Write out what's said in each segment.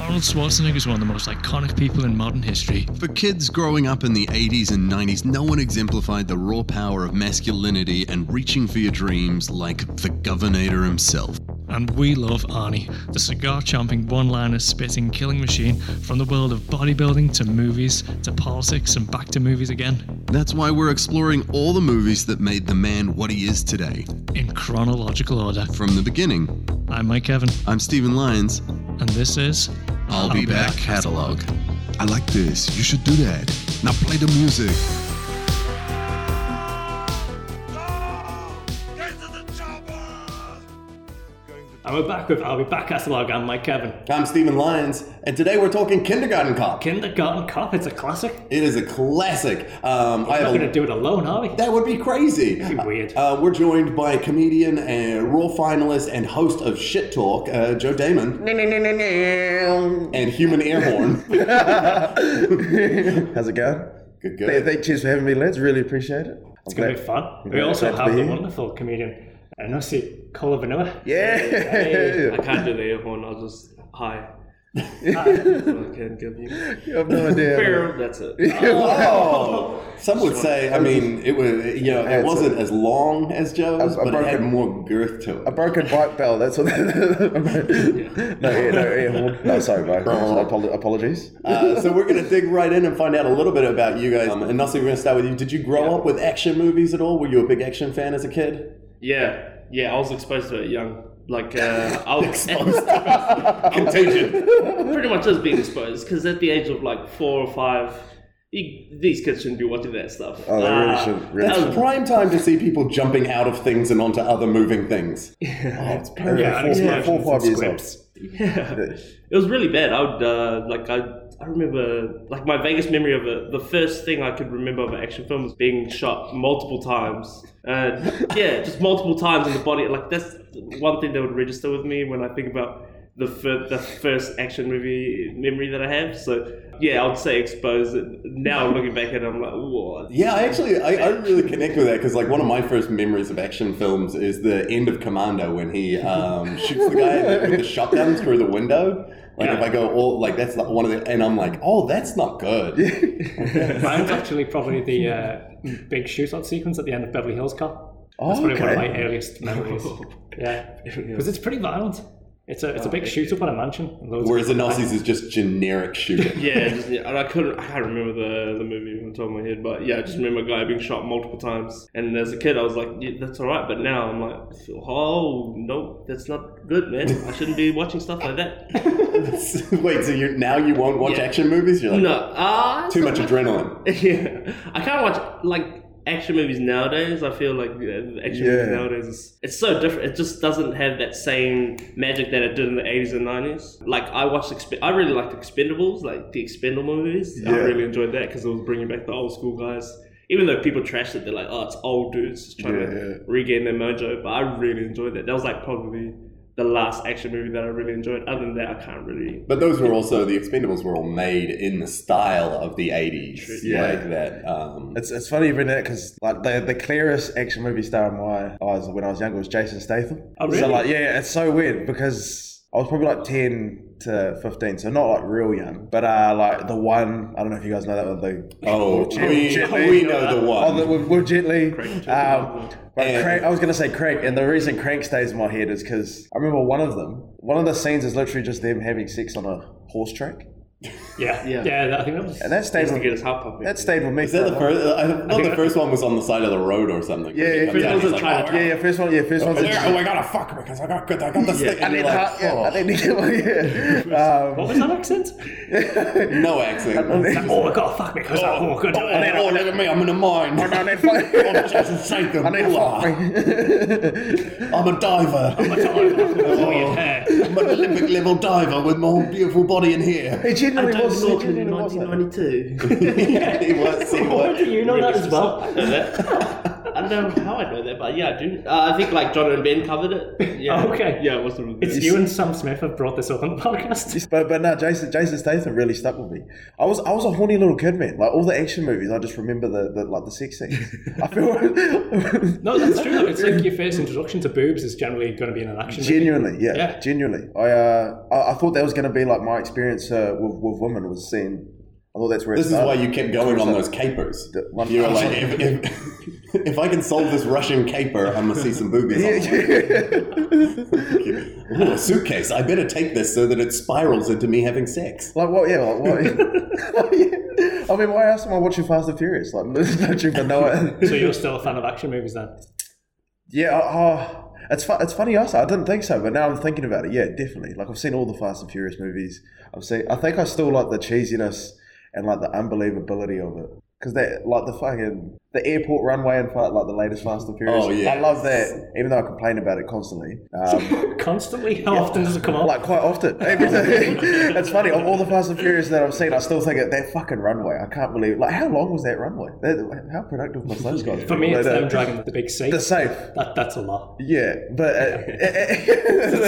Arnold Schwarzenegger is one of the most iconic people in modern history. For kids growing up in the 80s and 90s, no one exemplified the raw power of masculinity and reaching for your dreams like the Governator himself. And we love Arnie, the cigar chomping, one liner spitting killing machine from the world of bodybuilding to movies to politics and back to movies again That's why we're exploring all the movies that made the man what he is today in chronological order. from the beginning. I'm Mike Evan, I'm Stephen Lyons. and this is I'll, be, back, catalog. I like this. You should do that. Now play the music. And we're back with I'll Be Back Catalog. I'm Mike Kevin. I'm Stephen Lyons, and today we're talking Kindergarten Cop. Kindergarten Cop, it's a classic. It is a classic. Um, I We're not have going a to do it alone, are we? That would be crazy. That'd be weird. Uh, we're joined by comedian and Raw finalist and host of Shit Talk, uh, Joe Damon, and human air horn. How's it going? good, Hey, good. thank cheers for having me, lads. Really appreciate it. It's going to be fun. We Yeah, also glad to have be the here. wonderful comedian, and I see Cola Vanilla. Yeah. I can't do the ear horn. I'll just hi. That's what I can give you. I have no idea. That's it. Oh, some would say. I mean, it was you know, it It's a- wasn't as long as Joe's, A- a but it had broken- more girth to A it. broken bike bell. That's what. no, yeah, no, ear horn. No, sorry, Mike. Apolo- apologies. Uh, so we're gonna dig right in and find out a little bit about you guys. Um, and Nelson, we're gonna start with you. Did you grow up with action movies at all? Were you a big action fan as a kid? Yeah, yeah. I was exposed to it young. Like uh, I was Exposed Contagion. pretty much as being exposed because at the age of like four or five, you, these kids shouldn't be watching that stuff. Oh, they really Uh, shouldn't. Really That's shouldn't. prime time to see people jumping out of things and onto other moving things. Oh, it's Yeah, four, yeah, four, four, five years squibs. old. Yeah. It was really bad. I would uh, like I I remember like my vaguest memory of it. The first thing I could remember of an action film was being shot multiple times. Uh, yeah, just multiple times in the body. Like that's one thing that would register with me when I think about the fir- the first action movie memory that I have. So yeah, I would say exposed. Now looking back at it, I'm like, whoa. Yeah, I actually, I, I really connect with that because, like, one of my first memories of action films is the end of Commando when he um, shoots the guy with the shotgun through the window. Like, if I go all, like, that's not one of the, and I'm like, oh, that's not good. Mine's actually probably the uh, big shootout sequence at the end of Beverly Hills Cop. That's Oh, probably one of okay. my earliest memories. yeah, because it's pretty violent. It's a it's a big shoot up on a mansion. and loads of Whereas the people die. Nazis is just generic shooting. Yeah, just, yeah, and I couldn't. I can't remember the, the movie from the top of my head, but yeah, I just remember a guy being shot multiple times. And as a kid, I was like, yeah, "That's all right," but now I'm like, "Oh no, that's not good, man. I shouldn't be watching stuff like that." Wait, so you now you won't watch Yeah. action movies? You're like, No, ah, too much adrenaline. yeah, I can't watch like action movies nowadays. I feel like you know, the action movies Yeah. nowadays is it's so different. It just doesn't have that same magic that it did in the eighties and nineties. Like I watched, Expe- I really liked Expendables, like the Expendable movies. I Yeah. really enjoyed that because it was bringing back the old school guys. Even though people trashed it, they're like, "Oh, it's old dudes just trying to Yeah, yeah. regain their mojo." But I really enjoyed that. That was like probably the last action movie that I really enjoyed. Other than that, I can't really. But those were also, the Expendables were all made in the style of the 80s. Yeah. Like that. Um, It's, it's funny you bring that because like the, the clearest action movie star in my eyes when I was younger was Jason Statham. Oh, really? So like yeah, yeah, it's so weird because I was probably like ten to fifteen, so not like real young, but uh like the one I don't know if you guys know that one the oh, Jet- we, Jet Li. we know the one. Oh, the, with, with Jet Li. Crank. Um, but And- Crank, I was going to say Crank, and the reason Crank stays in my head is because I remember one of them. One of the scenes is literally just them having sex on a horse track, Yeah, Yeah. yeah, that, I think that was. and that stayed To get with, his heart pumping. that stayed with me. Is that the first? I thought think the I- first one was on the side of the road or something. Yeah, yeah, Comes first out, one's he's in like, China. Yeah, yeah, first one. Yeah, first one's. "Oh, I gotta fuck because I got good. I got this Yeah. thing. I And need you're to like, hug- yeah, "Oh." I need to get my yeah. What was that accent? oh, no accent. Um, oh, I gotta fuck me because oh, oh, good. Oh, oh, look at me! I'm in a mine. I need fuck- Jason Statham. I need Ooh, fuck. I'm a diver. I'm a, oh, your hair. an Olympic level diver with my whole beautiful body in here. It genuinely was. It genuinely was. like- 1992. yeah, he was. He Why do was. you know that as well? That- I don't know how I know that, but yeah, I do. Uh, I think like John and Ben covered it. Yeah. Okay. Yeah, what's the It's you and Sam Smith have brought this up on the podcast. Yes, but but no, Jason Jason Statham really stuck with me. I was I was a horny little kid, man. Like all the action movies, I just remember the, the like the sex scenes. I feel No, that's true. Though. It's like your first introduction to boobs is generally going to be in an action movie. genuinely, yeah, Yeah. genuinely. I uh I, I thought that was going to be like my experience uh, with with women was seeing. I thought that's where it This is why started. you kept going on those capers. one- You were like, if, if, if I can solve this Russian caper, I'm gonna see some boobies. Yeah, yeah. Ooh, a suitcase. I better take this so that it spirals into me having sex. Like what? Yeah, like what? yeah. I mean, why else am I watching Fast and Furious? Like, don't you even know it? So you're still a fan of action movies then? Yeah, uh, uh, it's fu- it's funny. Also, I didn't think so, but now I'm thinking about it. Yeah, definitely. Like I've seen all the Fast and Furious movies. I've seen. I think I still like the cheesiness and like the unbelievability of it. Because that, like the fucking the airport runway and fight, like the latest Fast and Furious. Oh, yeah. I love that. Even though I complain about it constantly, um, Constantly? How often does it come up? like quite often. it's funny. Of all the Fast and Furious that I've seen, I still think it that fucking runway. I can't believe. Like how long was that runway? That, how productive must those guys? For be? me, Like, it's uh, them dragging the big seat. the safe. That, that's a lot. Yeah, but uh,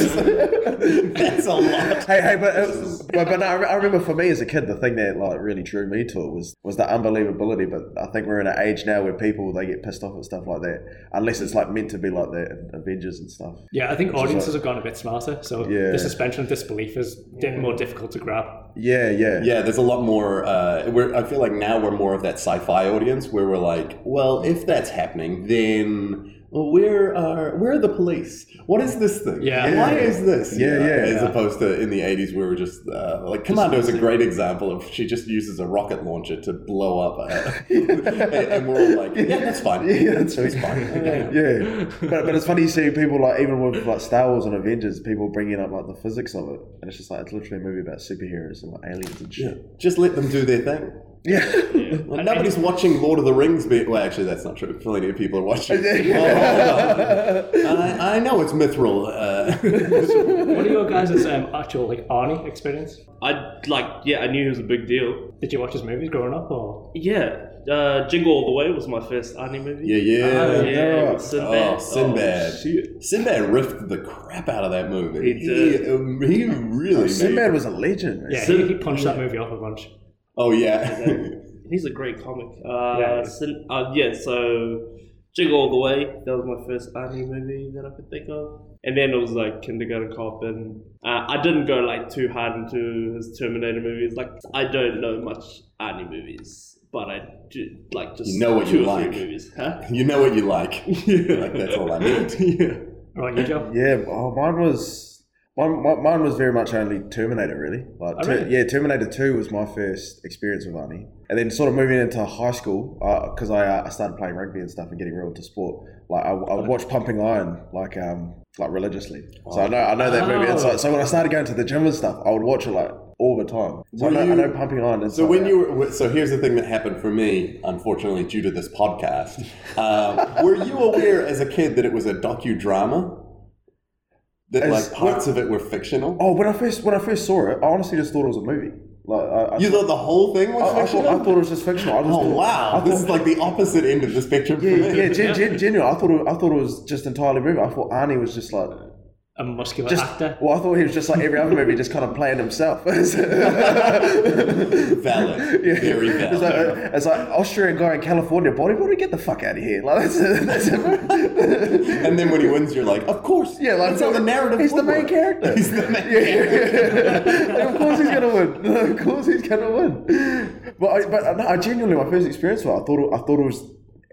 That's a lot. hey, hey, but uh, but, but no, I re- I remember for me as a kid, the thing that like really drew me to it was was the unbelievability. But I think we're in an age now where people they get pissed off at stuff like that, unless it's like meant to be like that, in Avengers and stuff. Yeah, I think audiences have gone a bit smarter, so Yeah. the suspension of disbelief is getting more difficult to grab. Yeah, yeah, Yeah, there's a lot more. Uh, we're, I feel like now we're more of that sci-fi audience where we're like, well, if that's happening, then where are where are the police? What is this thing? Yeah. why is this? Yeah, yeah. As opposed to in the '80s, we were just uh, like Commando is a great example of she just uses a rocket launcher to blow up, a, and we're all like, yeah, that's fine. Yeah, that's It's right. fine. Yeah, but, but it's funny you see people like even with like Star Wars and Avengers, people bringing up like the physics of it, and it's just like it's literally a movie about superheroes and like aliens and Yeah. shit. Just let them do their thing. Yeah, Like, nobody's watching Lord of the Rings. Be- well, actually, that's not true. Plenty of people are watching. Oh, hold on. I, I know it's mithril. Uh, What are your guys' um, actual like Arnie experience? I like yeah, I knew he was a big deal. Did you watch his movies growing up, or Yeah, uh, Jingle All the Way was my first Arnie movie. yeah, yeah. Oh, Oh, yeah, no. with Sinbad. Sinbad. Oh, shit. Sinbad riffed the crap out of that movie. He did. He, um, he really. made- Oh, Sinbad was a legend. man. yeah, he, he punched that movie off a bunch. Oh yeah. He's a great comic. Uh, Yeah. yeah. Sin, uh, yeah, so Jiggle All the Way, that was my first Arnie movie that I could think of. And then it was like Kindergarten Cop, and uh, I didn't go like too hard into his Terminator movies. Like, I don't know much Arnie movies, but I do like just You know what two you or like. three movies. Huh? you know what you like. like that's all I need. yeah. All right, you Joe. Yeah, oh, mine was mine, mi- mine was very much only Terminator, really. Like, Oh, Ter- really? yeah, Terminator Two was my first experience with Arnie, and then sort of moving into high school because I, uh, I started playing rugby and stuff and getting real into sport. Like I, I watched Pumping Iron, like um like religiously. So I know I know that movie. And Oh. so, so when I started going to the gym and stuff, I would watch it like all the time. So I Were know, I you- know Pumping Iron. Is So like when that. you were, so here's the thing that happened for me, unfortunately, due to this podcast. Um, were you aware as a kid that it was a docudrama? That As- like parts of it were fictional. oh when I first when I first saw it, I honestly just thought it was a movie. Like I, I, You thought the whole thing was Oh, I, I thought, fictional? I thought it was just fictional. I just oh thought- I wow, thought- this is like the opposite end of the spectrum. for Yeah, me. yeah, gen- gen- genuine. I thought it, I thought it was just entirely movie. I thought Arnie was just like A muscular just. actor. Well, I thought he was just like every other movie, just kind of playing himself. Valid, Valid. Very It's like, valid. uh, it's like Austrian guy in California bodybuilder. Get the fuck out of here! Like that's, that's a, And then when he wins, you're like, of course. yeah, like that's how the narrative. He's the would main work. character. He's the main Yeah, character. yeah, yeah. of course he's gonna win. Of course he's gonna win. But I, but uh, no, I genuinely my first experience with it, I thought it, I thought it was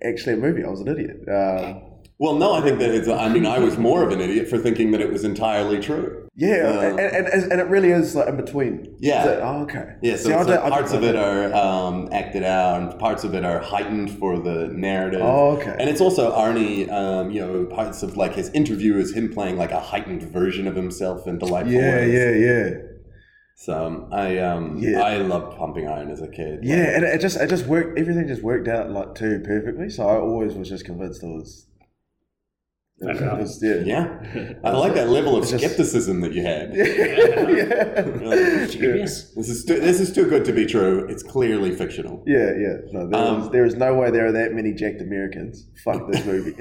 actually a movie. I was an idiot. Um, Well, no, I think that it's. I mean, I was more of an idiot for thinking that it was entirely true. Yeah, Uh, and, and, and, and it really is like in between. Yeah. Is it- oh, okay. Yeah, so See, I it's don't- like I don't parts know of it that. are um, acted out, and parts of it are heightened for the narrative. Oh, okay. And it's also Arnie. Um, you know, parts of like his interview is him playing like a heightened version of himself in delightful Yeah, ways. yeah, yeah, So um, I um Yeah. I loved pumping iron as a kid. yeah, and it just it just worked. Everything just worked out like too perfectly. So I always was just convinced it was. Fair enough. It's- yeah. Yeah, I like that level of skepticism that you had. yeah. Really. Genius. This is too, this is too good to be true. It's clearly fictional. Yeah, yeah. No, there, Um, is, there is no way there are that many jacked Americans. Fuck this movie.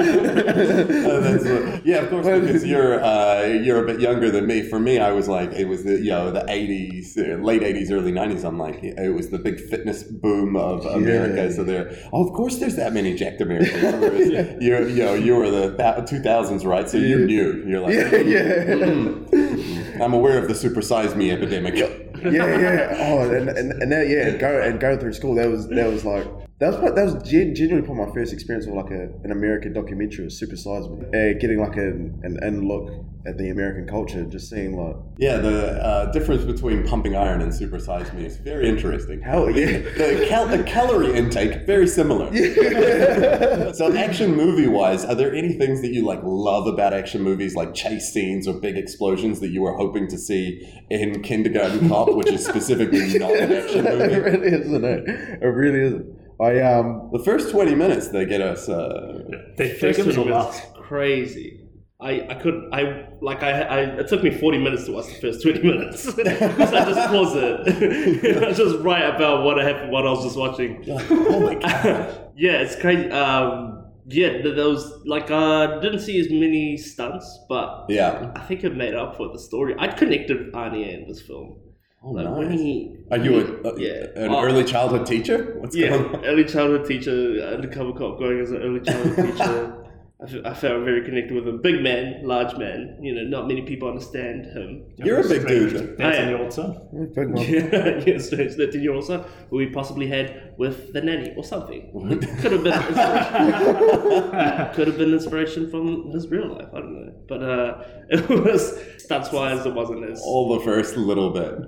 Uh, that's what- yeah, of course, because you're uh, you're a bit younger than me. For me, I was like, it was the you know the '80s, uh, late '80s, early '90s. I'm like, it was the big fitness boom of America. So there, oh, of course, there's that many jacked Americans. Whereas You're you know you were the thou- 2000s, right? So you're new. You're like, yeah, yeah. "Mm, I'm aware of the supersize me epidemic. yeah, yeah. Oh, and, and, and that, yeah, and go and going through school, that was that was like that was prob- that was gen- genuinely probably my first experience of like a, an American documentary, was Super Size Me, uh, getting like an an in look at the American culture, just seeing like Yeah, the uh, difference between pumping iron and supersize me is very interesting. how yeah. the, cal- the calorie intake very similar. so action movie wise, are there any things that you like love about action movies, like chase scenes or big explosions that you were hoping to see in Kindergarten Cop, which is specifically not an action it movie? really isn't it. It really isn't. I um The first twenty minutes they get us. Uh, They, they First give us a twenty minutes lot. is crazy. I, I couldn't I like I, I it took me forty minutes to watch the first twenty minutes. 'Cause I just pause it. I just write about what I have what I was just watching. oh my god! yeah, it's crazy. Um, yeah, th- there was like uh, didn't see as many stunts, but Yeah. I think it made up for the story. I connected with Arnie in this film. Oh, Like nice. when he Are you a, a- Yeah. an Oh. early childhood teacher? What's yeah, going on? early childhood teacher, undercover cop going as an early childhood teacher. I fe- I felt very connected with him. Big man, large man. You know, not many people understand him. You're a big dude. That's I- in the old son. big one. yes, strange thirteen year old son who we possibly had with the nanny or something. Could have been inspiration. could have been inspiration from his real life. I don't know, but uh, it was stats wise, it wasn't as. All the first little bit,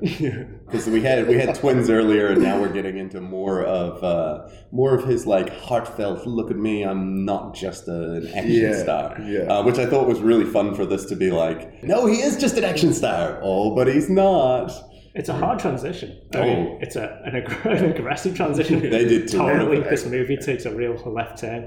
because we had we had twins earlier, and now we're getting into more of uh, more of his like heartfelt. Look at me, I'm not just a- an action Yeah, star, yeah. Uh, which I thought was really fun for this to be like. No, he is just an action star. Oh, but he's not. It's a hard transition. I mean, Oh. It's a, an, ag- an aggressive transition. They did too. Totally, this movie takes a real left turn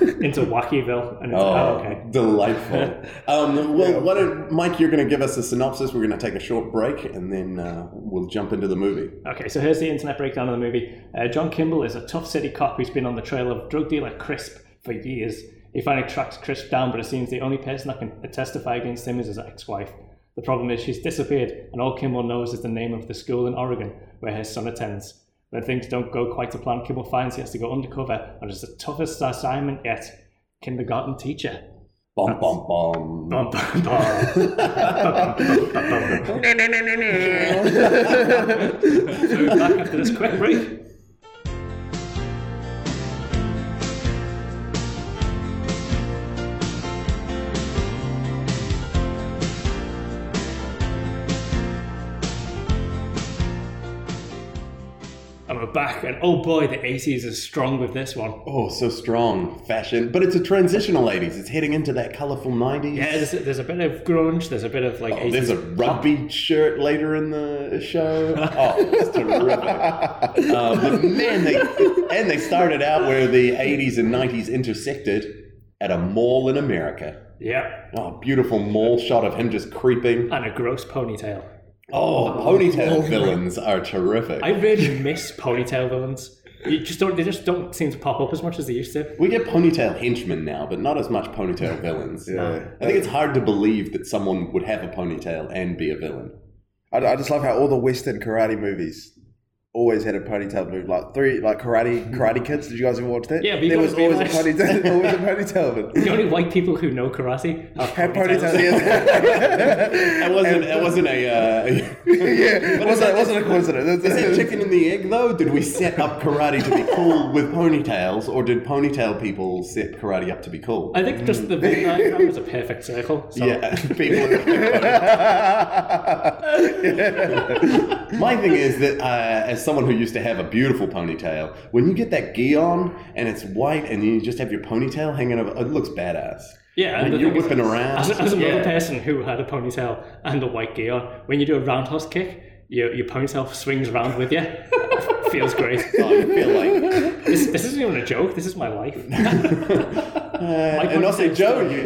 into Wackyville, and it's Oh, oh, okay. delightful. um, well, why don't, Mike, you're going to give us a synopsis. We're going to take a short break, and then uh, we'll jump into the movie. Okay, so here's the internet breakdown of the movie. Uh, John Kimball is a tough city cop who's been on the trail of drug dealer Crisp for years. He finally tracks Crisp down, but it seems the only person that can testify against him is his ex wife. The problem is she's disappeared, and all Kimball knows is the name of the school in Oregon where his son attends. When things don't go quite to plan, Kimball finds he has to go undercover, and it's the toughest assignment yet kindergarten teacher. Bum bum bum. Bum, bum, bum. So we're back after this quick break. And we're back, and oh boy, the 80s is strong with this one. Oh, so strong fashion, but it's a transitional '80s. It's heading into that colorful '90s. Yeah, there's, there's a bit of grunge, there's a bit of like Oh, there's a rugby shirt later in the show. Oh, it's terrific! um, but man, they and they started out where the '80s and '90s intersected at a mall in America. Yeah, Oh, beautiful mall shot of him just creeping. and a gross ponytail. Oh, ponytail villains are terrific. I really miss ponytail villains. You just don't. They just don't seem to pop up as much as they used to. we get ponytail henchmen now, but not as much ponytail villains. Yeah. I think it's hard to believe that someone would have a ponytail and be a villain. I, I just love how all the Western karate movies always had a ponytail move. Like three, like karate karate kids. Did you guys ever watch that? Yeah, but you there gotta was always a realise- ponytail. Always a ponytail. The move. only white people who know karate have Had ponytails. ponytails. Yeah, It wasn't. It wasn't a. Uh, yeah. It wasn't, it wasn't a coincidence. Is that chicken and the egg though? Did we set up karate to be cool with ponytails, or did ponytail people set karate up to be cool? I think just the that was a perfect circle. So Mm. yeah, people. My thing is that uh, as someone who used to have a beautiful ponytail, when you get that gi on and it's white and you just have your ponytail hanging over, it looks badass. Yeah, When and the you're thing is- whipping around. As, as another Yeah. person who had a ponytail and a white gear, when you do a roundhouse kick, your your ponytail swings around with you. Feels great. I feel like uh, This, this isn't even a joke. This is my life. and also, Joe, you,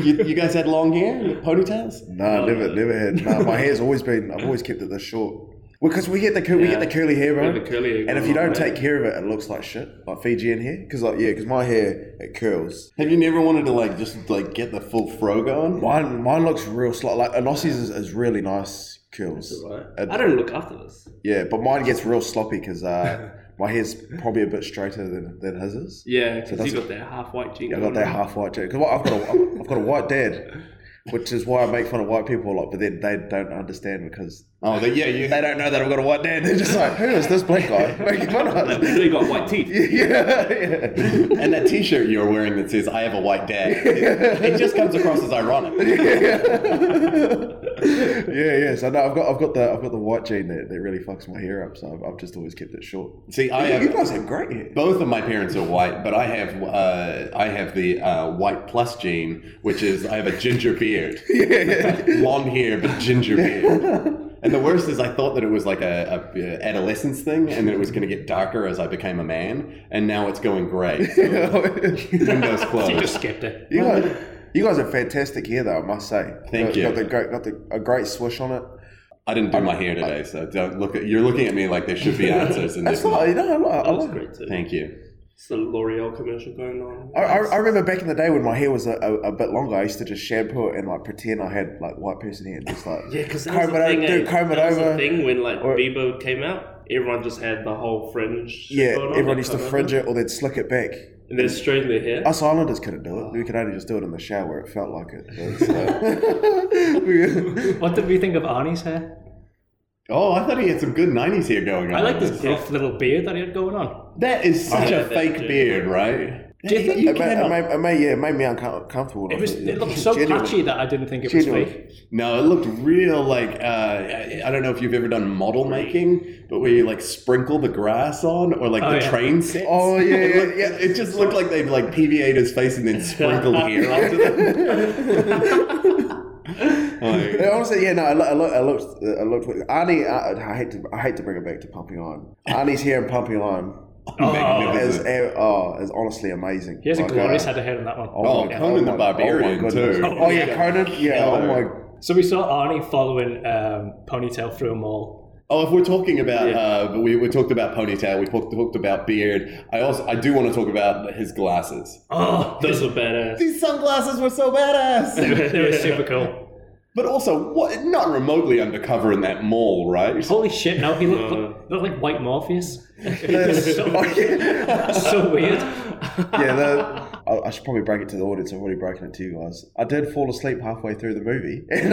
you, you guys had long hair, ponytails. Nah, never, never had. Nah, my hair's always been. I've always kept it this short. Because we get the cur- we get the curly hair, bro. the curly hair and if going you on, don't right? take care of it, it looks like shit, like Fijian hair. Because like yeah, because my hair it curls. Have you never wanted to like just like get the full fro going? Mine mine looks real slow. Like Anossi's is, is really nice curls. I don't look after this. Yeah, but mine gets real sloppy because uh, my hair's probably a bit straighter than, than his is. Yeah, because that's- you got that half white jean. Yeah, I got that half white too. Because I've got a, I've got a white dad, which is why I make fun of white people a lot. But then they don't understand because Oh, they, yeah, you. they don't know that I've got a white dad. They're just like, who is this black guy making fun of? You us?" really got white teeth. yeah, yeah. and that T-shirt you're wearing that says "I have a white dad," it, it just comes across as ironic. yeah, yeah. So no, I've got I've got the I've got the white gene that, that really fucks my hair up. So I've, I've just always kept it short. See, I you have guys have great hair. both of my parents are white, but I have uh, I have the uh, white plus gene, which is I have a ginger beard, long hair but ginger beard. And the worst is, I thought that it was like a, a, uh adolescence thing, and that it was going to get darker as I became a man, and now it's going grey. So windows You closed. just skipped it. You guys, you guys are fantastic here, though. I must say. Thank got, you. Got the great, got the, a great swish on it. I didn't do my hair today, so don't look at. You're looking at me like there should be answers, and That's there's not, not. you know, I, like- I That was like it. great too. Thank you. It's the L'Oreal commercial going on. I, I, I remember back in the day when my hair was a, a, a bit longer, I used to just shampoo it and like pretend I had like white person hair and just like yeah, because that comb was the it over, thing. eh? dude, comb it that was the over. thing when like Or- Bieber came out, everyone just had the whole fringe. Yeah, going on, everyone they used to come over, fringe it or they'd slick it back. and then straighten their hair. Us islanders couldn't do it. We could only just do it in the shower. It felt like it. What did we think of Arnie's hair? Oh, I thought he had some good '90s hair going on. I like this gruff little beard that he had going on. That is such I a like that fake too. beard, right? Do you think uh, it, made, it, made, it made- yeah, it made me uncomfortable. it was? It looked so patchy that I didn't think it was Genuine. fake. No, it looked real like uh, I I don't know if you've ever done model making, but where you like sprinkle the grass on or like Oh, the yeah. train sets. Oh, yeah, it yeah, looked- It just looked like they'd like PVA'd his face and then sprinkled hair onto it. Yeah, honestly, yeah, no, I, lo- I, lo- I looked, I looked. Arnie, I, I hate to, I hate to bring it back to Pumping Iron. Arnie's hair in Pumping Iron oh. is, Magnificent. uh, oh, is honestly amazing. He has a Like, glorious uh, head of hair on that one. Oh, my- Conan the my- Barbarian, oh my too. goodness. Oh yeah, Conan. Yeah. Oh Hell. my. So we saw Arnie following um, Ponytail through a mall. Oh, if we're talking about, uh, we, we talked about ponytail, we talked, talked about beard. I also, I do want to talk about his glasses. Oh, Those are badass. These sunglasses were so badass. they were super cool. But also, what? Not remotely undercover in that mall, right? Holy shit! No, he looked, No. looked like White Morpheus. Yes. so, Oh, yeah. so weird. yeah that, I, I should probably break it to the audience. I've already broken it to you guys. I did fall asleep halfway through the movie.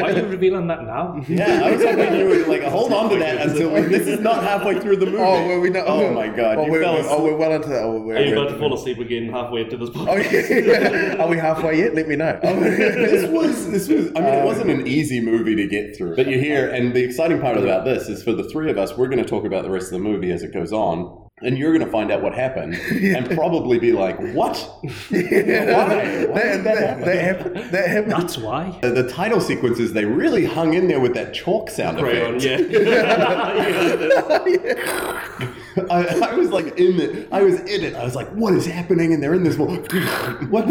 Why are you revealing that now? Yeah, I was hoping you would like hold on to that until we, this is not halfway through the movie. oh, were we not? Oh my god, Oh, you we're, fell we're- oh, asleep. we're well into that. Oh, we're, Are you we're- about to fall asleep again halfway into this podcast? Oh, yeah. Are we halfway yet? Let me know. This was this was. I mean, it wasn't an easy movie to get through. Um, But you're here, and the exciting part about this is for the three of us, we're going to talk about the rest of the movie as it goes on. And you're going to find out what happened, and probably be like, "What? Why? Why that, did that that, happen?" that happened. That happened. That's why. The, the title sequences they really hung in there with that chalk sound Crayon, effect. yeah. Yeah. I, I was like in it. I was in it. I was like, what is happening? And they're in this. World. what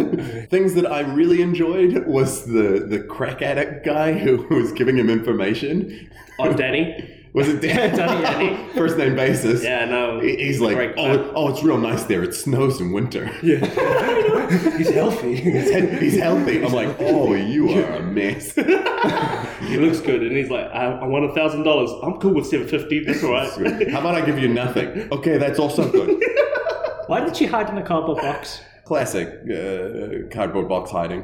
things that I really enjoyed was the the crack addict guy who was giving him information. oh, Danny. Was it Dan? Danny, Danny. First name basis. Yeah, no. He- He's like, Great oh, oh, it's real nice there. It snows in winter. He's healthy. He's, he- he's healthy. I'm like, oh, you are a mess. He looks good, and he's like, I, I want a thousand dollars. I'm cool with seven fifty. That's all right. How about I give you nothing? Okay, that's also good. Why did she hide in a cardboard box? Classic uh, cardboard box hiding.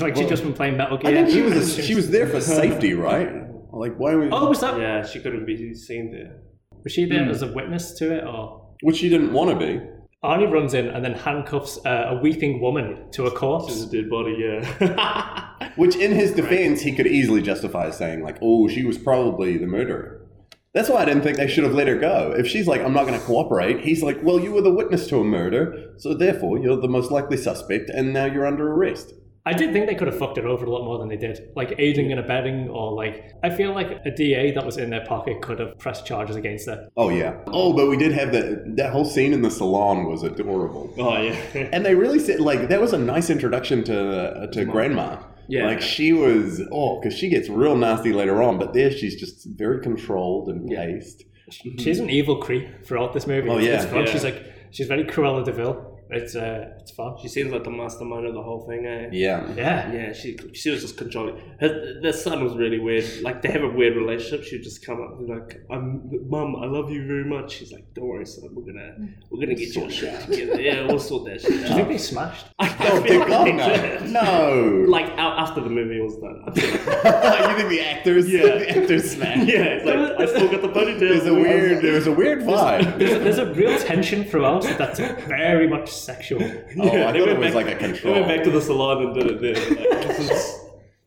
like she'd just been playing Metal Gear. I think she was a, she was there for safety, right? Like, why would? Oh, was that? yeah, she couldn't be seen there. Was she there as a witness to it, or? Which she didn't want to be. Arnie runs in and then handcuffs uh, a weeping woman to a corpse. She's a dead body. Yeah. Which, in his defense, he could easily justify saying, like, oh, she was probably the murderer. That's why I didn't think they should have let her go. If she's like, I'm not going to cooperate, he's like, well, you were the witness to a murder, so therefore you're the most likely suspect, and now you're under arrest. I did think they could have fucked it over a lot more than they did. Like aiding and abetting, or like I feel like a DA that was in their pocket could have pressed charges against them. Oh yeah. Oh, but we did have that. That whole scene in the salon was adorable. Oh yeah. And they really said like that was a nice introduction to to grandma. Yeah. Like she was oh because she gets real nasty later on, but there she's just very controlled and paced. She's an evil creep throughout this movie. Mm-hmm. Oh, It's- yeah. it's fun. Yeah. She's like she's very Cruella Deville. It's uh, it's fun. she seems like the mastermind of the whole thing, eh? Yeah. Yeah, Yeah, she she was just controlling. Her their son was really weird. Like they have a weird relationship. She would just come up and be like, "I'm mum, I love you very much." She's like, "Don't worry, son. We're gonna Mm. we're gonna get your shit together. Yeah, we'll sort that shit I think out." they smashed. Oh, I dear feel God, like, no. No. like out after the movie was done. I feel like- you think the actors? Yeah. The actors smash. yeah, it's like I still got the ponytail. There's a weird. There's a weird vibe. There's a, there's a real tension throughout that's very much sexual. Oh, I they thought it went was like back- a They control. went back to the salon and did it there. Like, this is-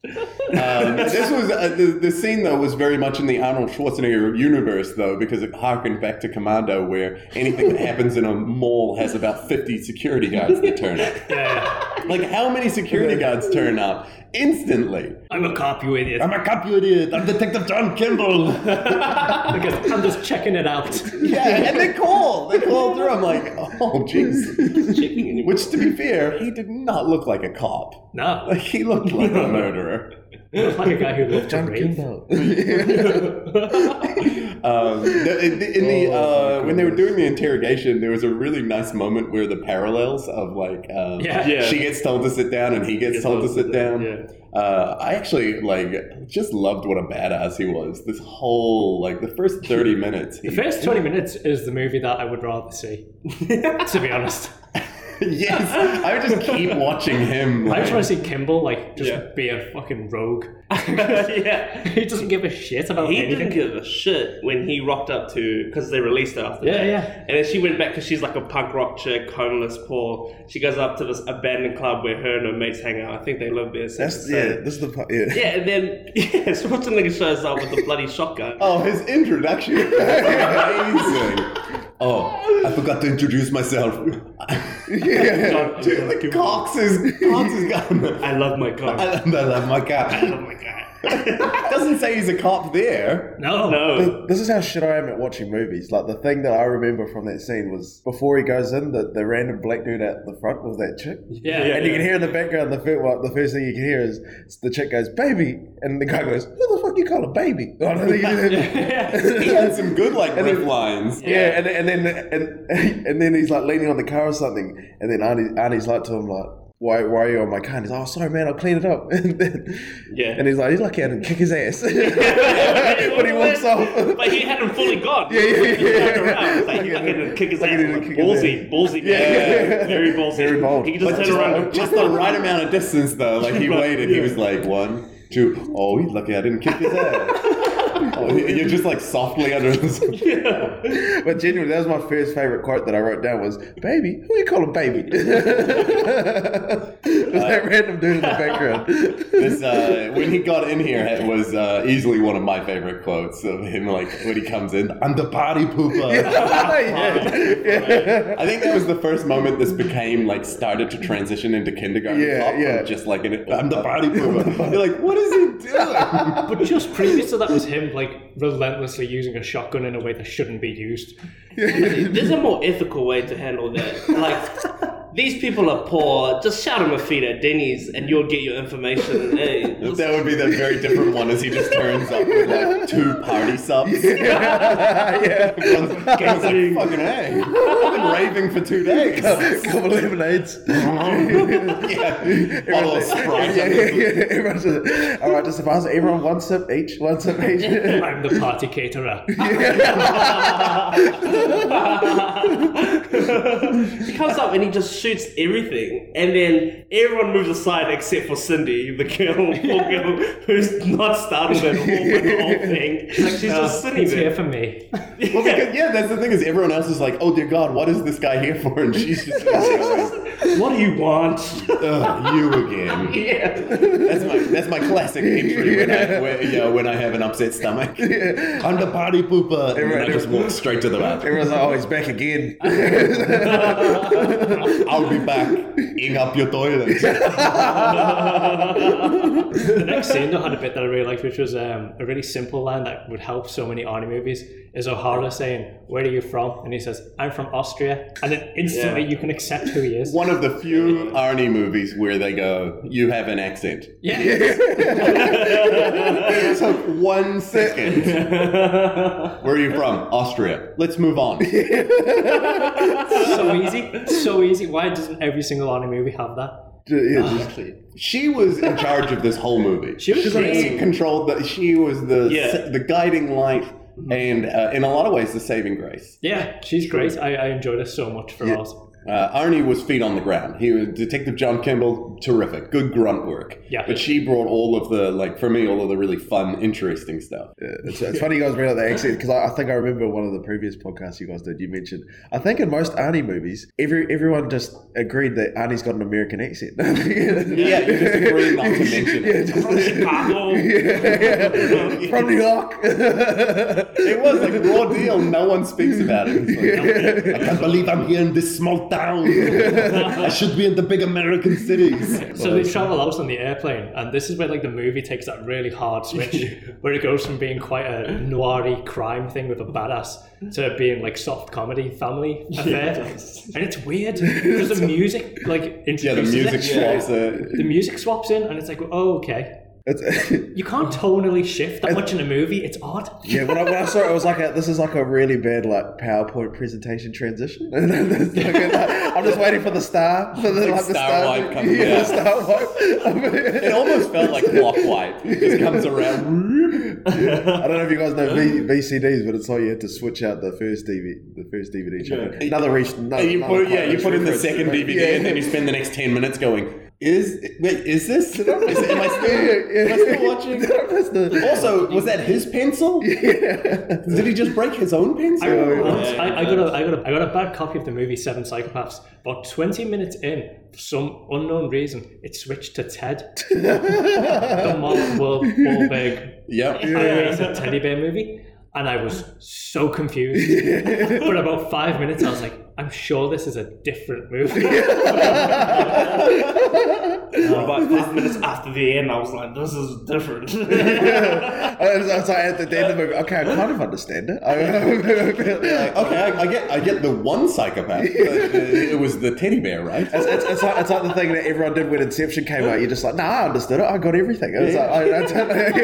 Um, this was uh, the, the scene though was very much in the Arnold Schwarzenegger universe though because it harkened back to Commando where anything that happens in a mall has about fifty security guards that turn up. Yeah, Like how many security guards turn up instantly? I'm a cop, you idiot. I'm a cop, you idiot! I'm Detective John Kimball. Because I'm just checking it out. yeah, and they call. They call through. I'm like, oh jeez. Which, to be fair, he did not look like a cop. No, Like he looked like a murderer. it's like a guy who lived to rave. Um, the- in the, in the uh, when they were doing the interrogation, there was a really nice moment where the parallels of like um, Yeah. Yeah. she gets told to sit down and he gets told to sit down. Yeah. Uh, I actually like just loved what a badass he was. This whole like the first thirty minutes, he, The first 20 minutes is the movie that I would rather see, to be honest. yes, I would just keep watching him. I Like, just want to see Kimball, like, just Yeah. be a fucking rogue. yeah. He doesn't give a shit about He anything. didn't give a shit when he rocked up to because they released her after Yeah, that. yeah. And then she went back because she's like a punk rock chick, homeless, poor. She goes up to this abandoned club where her and her mates hang out. I think they live there. so That's to say. yeah. This is the part. Yeah. Yeah, and then yeah, Schwarzenegger shows up with the bloody shotgun. oh, his introduction, amazing. Oh, I forgot to introduce myself. yeah. John- Like Cox is Cox is gone. I love my car. I love, I love my I cat. love my car. Doesn't say he's a cop there. No. no. This is how shit I am at watching movies. Like the thing that I remember from that scene was before he goes in, the, the random black dude at the front was that chick. Yeah. Yeah. And you can hear in the background the first, well, the first thing you can hear is the chick goes, baby. And the guy goes, who the fuck you call a baby? Oh, no, you- He had some good like And then- riff lines. Yeah, and, and then and and then he's like leaning on the car or something, and then Arnie, Arnie's like to him like, "Why why are you on my car?" And he's like, "Oh, sorry, man, I'll clean it up." And then Yeah. and he's like, "He's lucky I didn't kick his ass." but he walks off. But he hadn't fully gone. Yeah, yeah, He turned yeah. around. It's Like, he Like he fucking didn't- kick his like ass. he didn't Like, kick his ballsy, ballsy. man. yeah. Very ballsy. Very bold. He can just But turn just, around. and just the right amount of distance though. Like he waited. He was like one, two. Oh, he's lucky I didn't kick his ass. Oh, you- you're just like softly under the. but genuinely, that was my first favorite quote that I wrote down was, "Baby, who you call a baby?" It was that random dude in the background. This uh, when he got in here, it was uh, easily one of my favorite quotes of him. Like when he comes in, I'm the party pooper. yeah. yeah. I think that was the first moment this became like started to transition into kindergarten. Yeah, cop from yeah. Just like an, I'm the party pooper. You're like, what is he doing? But just previous to that was him, like, relentlessly using a shotgun in a way that shouldn't be used. There's a more ethical way to handle that. Like, these people are poor. Just shout them a feed at Denny's and you'll get your information. Hey, what's- that would be the very different one as he just turns up with like two party subs. yeah. One's- one's like, Catering. Fucking A. I've been raving for two days. Couple of lemonades. yeah. Bottle of Sprite. Yeah, yeah, yeah. Everyone's just, all right, just pass it. Everyone, one sip each. One sip each. I'm the party caterer. he comes up and he just shoots everything, and then everyone moves aside except for Cindy, the girl, poor girl who's not startled at all by the whole thing. Uh, Like she's just sitting It's here there. for me. Well, because, yeah, that's the thing is everyone else is like, oh dear God, what is this guy here for? And she's just. What do you want? Ugh, you again. yeah. That's my that's my classic entry when I when, you know, when I have an upset stomach. I'm the party pooper, and then I just walk straight to the bathroom. Everyone's like, oh, he's back again. I'll be back. Ing up your toilet. the next scene though had a bit that I really liked, which was um, a really simple line that would help so many Arnie movies. Is O'Hara saying, "Where are you from?" and he says, "I'm from Austria," and then instantly Yeah. you can accept who he is. One of the few Arnie movies where they go, "You have an accent." Yeah, It took one second. Where are you from? Austria. Let's move on. so easy, so easy. Why doesn't every single Arnie movie have that? yeah, just- She was in charge of this whole movie. She was she amazing. controlled the. She was the Yeah. the guiding light, and uh, in a lot of ways, the saving grace. Yeah, she's great. I, I enjoyed her so much for us. Uh, Arnie was feet on the ground. He was Detective John Kimball, terrific, good grunt work. Yeah. But she brought all of the like for me, all of the really fun, interesting stuff. It's, it's funny you guys bring up the accent because I, I think I remember one of the previous podcasts you guys did. You mentioned I think in most Arnie movies, every everyone just agreed that Arnie's got an American accent. yeah, you just agreed not to mention it. just- From Chicago. Yeah, yeah. from New York. It was like raw deal. No one speaks about it. It's like, I can't believe I'm here in this small town. I should be in the big American cities. So they travel out on the airplane, and this is where like the movie takes that really hard switch, where it goes from being quite a noiry crime thing with a badass to being like soft comedy family affair, and it's weird because the music like introduces yeah, the music it. swaps it. The music swaps in, and it's like, oh okay, It's- you can't tonally shift that much in a movie. It's odd. yeah, when I, when I saw it, I was like, a, "This is like a really bad like PowerPoint presentation transition." And then it's like, I'm just waiting for the star, for the, like, the star star wipe coming yeah, out. the star wipe. I mean- It almost felt like clock wipe. It just comes around. I don't know if you guys know v- VCDs, but it's like you had to switch out the first DVD, the first DVD channel. Yeah. Another reach, no, And you another put, yeah, quite you put in the reference, second right? DVD, Yeah. and then you spend the next ten minutes going, "Is wait, is this? Is, am I still, am Yeah, I yeah. still watching?" That's the- Also, was that his pencil? Did he just break his own pencil? Once I, I got a, I got a, I got a bad copy of the movie Seven Psychopaths, but 20 minutes in, for some unknown reason, it switched to Ted, the Mark Wahl- Wahlberg Yep. animated teddy bear movie, and I was so confused. For about five minutes, I was like, I'm sure this is a different movie. About five minutes after the end, I was like, this is different. I was, I was like at the end of the movie. Okay, I kind of understand it. I- Like, okay, I, I get, I get the one psychopath. but it it was the teddy bear, right? It's, it's, it's, like, it's like the thing that everyone did when Inception came out. You're just like, nah, I understood it. I got everything. It was like, I, I don't know.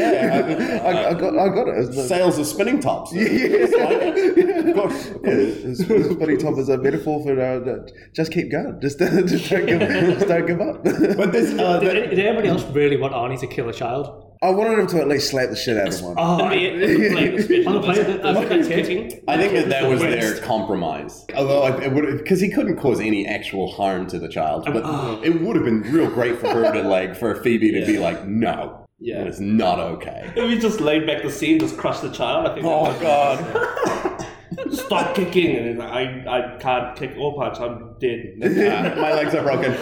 Yeah, I, I, got, I got it. It was, like- Sales of spinning tops. Of course, of yeah, course. it's- it's funny, Tom, as a metaphor for uh, that- just keep going. Just, just, don't, give, just don't give up. But this, uh, the, Did, any- did anybody else really want Arnie to kill a child? I wanted him to at least slap the shit out of one. Oh, On I- the On the plane, plane, that- that's what I did. I think that that was West. their compromise. Although I- it would, because he couldn't cause any actual harm to the child, but it would have been real great for her to like, for Phoebe to be like, no, Yeah. it's not okay. If you just laid back the scene, just crushed the child, I think. Oh god. Stop kicking, and he's like, I, I can't kick or punch. I'm dead. Uh, my legs are broken.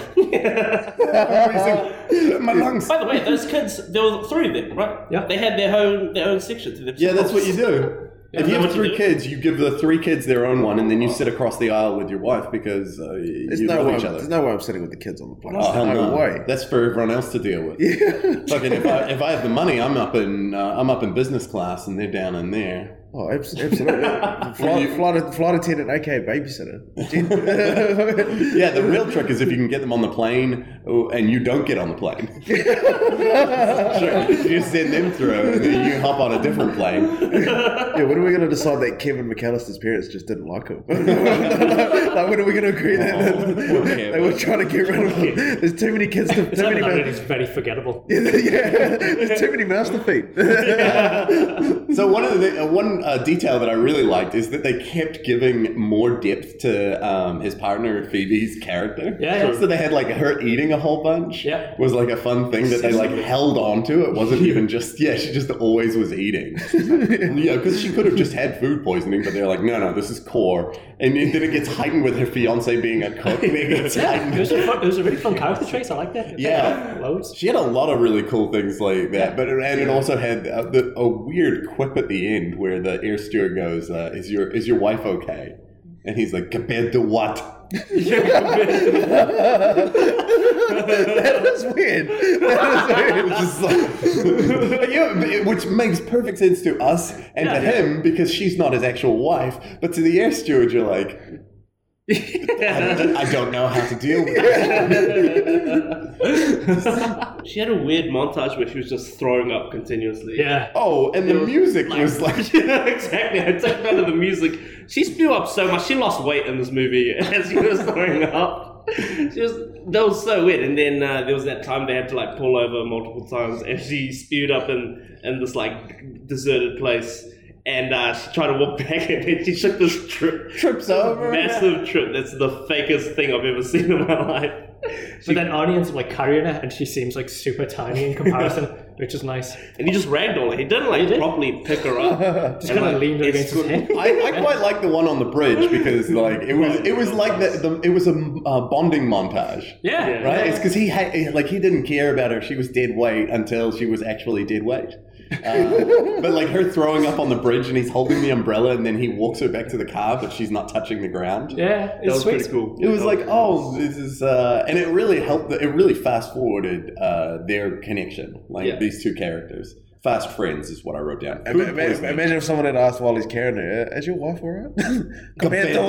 my lungs. By the way, those kids, there were three of them, right? Yeah. They had their own their own section to themselves. Yeah, that's what you do. if you that's have what you three do. kids, you give the three kids their own one, and then you sit across the aisle with your wife because uh, There's you no, love way, each other. there's no way I'm sitting with the kids on the plane. Oh, hell There's no. no way. That's for everyone else to deal with. Fucking if I, if I have the money, I'm up in uh, I'm up in business class, and they're down in there. Oh, abs- absolutely. flight, flight, flight attendant, aka babysitter. Yeah, the real trick is if you can get them on the plane, oh, and you don't get on the plane. sure, you send them through, and then you hop on a different plane. yeah, when are we going to decide that Kevin McAllister's parents just didn't like him? like, when are we going to agree that Oh, okay, they were trying to get rid of him? There's too many kids. To, too many Seven Hundred mouths. is very forgettable. yeah, there's too many mouths to feed. So So one of the uh, one uh, detail that I really liked is that they kept giving more depth to um, his partner Phoebe's character. Yeah, yeah. So they had like her eating a whole bunch. Yeah. Was like a fun thing that they like held on to. It wasn't even just yeah. She just always was eating. yeah, because she could have just had food poisoning, but they're like, no, no, this is core. And then it gets heightened with her fiance being a cook. Then it gets Yeah, it heightened was, a fun, it was a really fun character trait. I like that. Yeah. loads. She had a lot of really cool things like that, but and it also had a, the, a weird quip at the end where the air steward goes, uh, "Is your is your wife okay?" And he's like, "Compared to what?" that was weird. That was weird. It was just like, But yeah, it- which makes perfect sense to us and to him because she's not his actual wife, but to the air steward, you're like, "I don't know how to deal with it." She had a weird montage where she was just throwing up continuously. Yeah. Oh, and the music was like. Yeah, exactly. I took note of the music. She blew up so much. She lost weight in this movie as she was throwing up. She was that was so weird. And then uh, there was that time they had to like pull over multiple times, and she spewed up in in this like deserted place. And uh, she tried to walk back, and then she took this trip, Trips over. massive trip. That's the fakest thing I've ever seen in my life. But then Arnie ends up like carrying her, and she seems like super tiny in comparison, which is nice. And he just ragdolled her. He didn't like properly pick her up. Just kind of leaned her against his escorted- head. I, I quite like the one on the bridge because like it was it was like the, the it was a uh, bonding montage. Yeah. Yeah. Right, it's because he ha- like he didn't care about her. She was dead weight until she was actually dead weight. Uh, but like her throwing up on the bridge and he's holding the umbrella and then he walks her back to the car, but she's not touching the ground. Yeah, That it's was sweet. pretty cool. It was That like, oh, this is, uh, and it really helped. It really fast forwarded uh, their connection, like Yeah. these two characters, fast friends, is what I wrote down. Ima- ima- Imagine if someone had asked while he's carrying her, "Uh, "Is your wife alright?" Compared to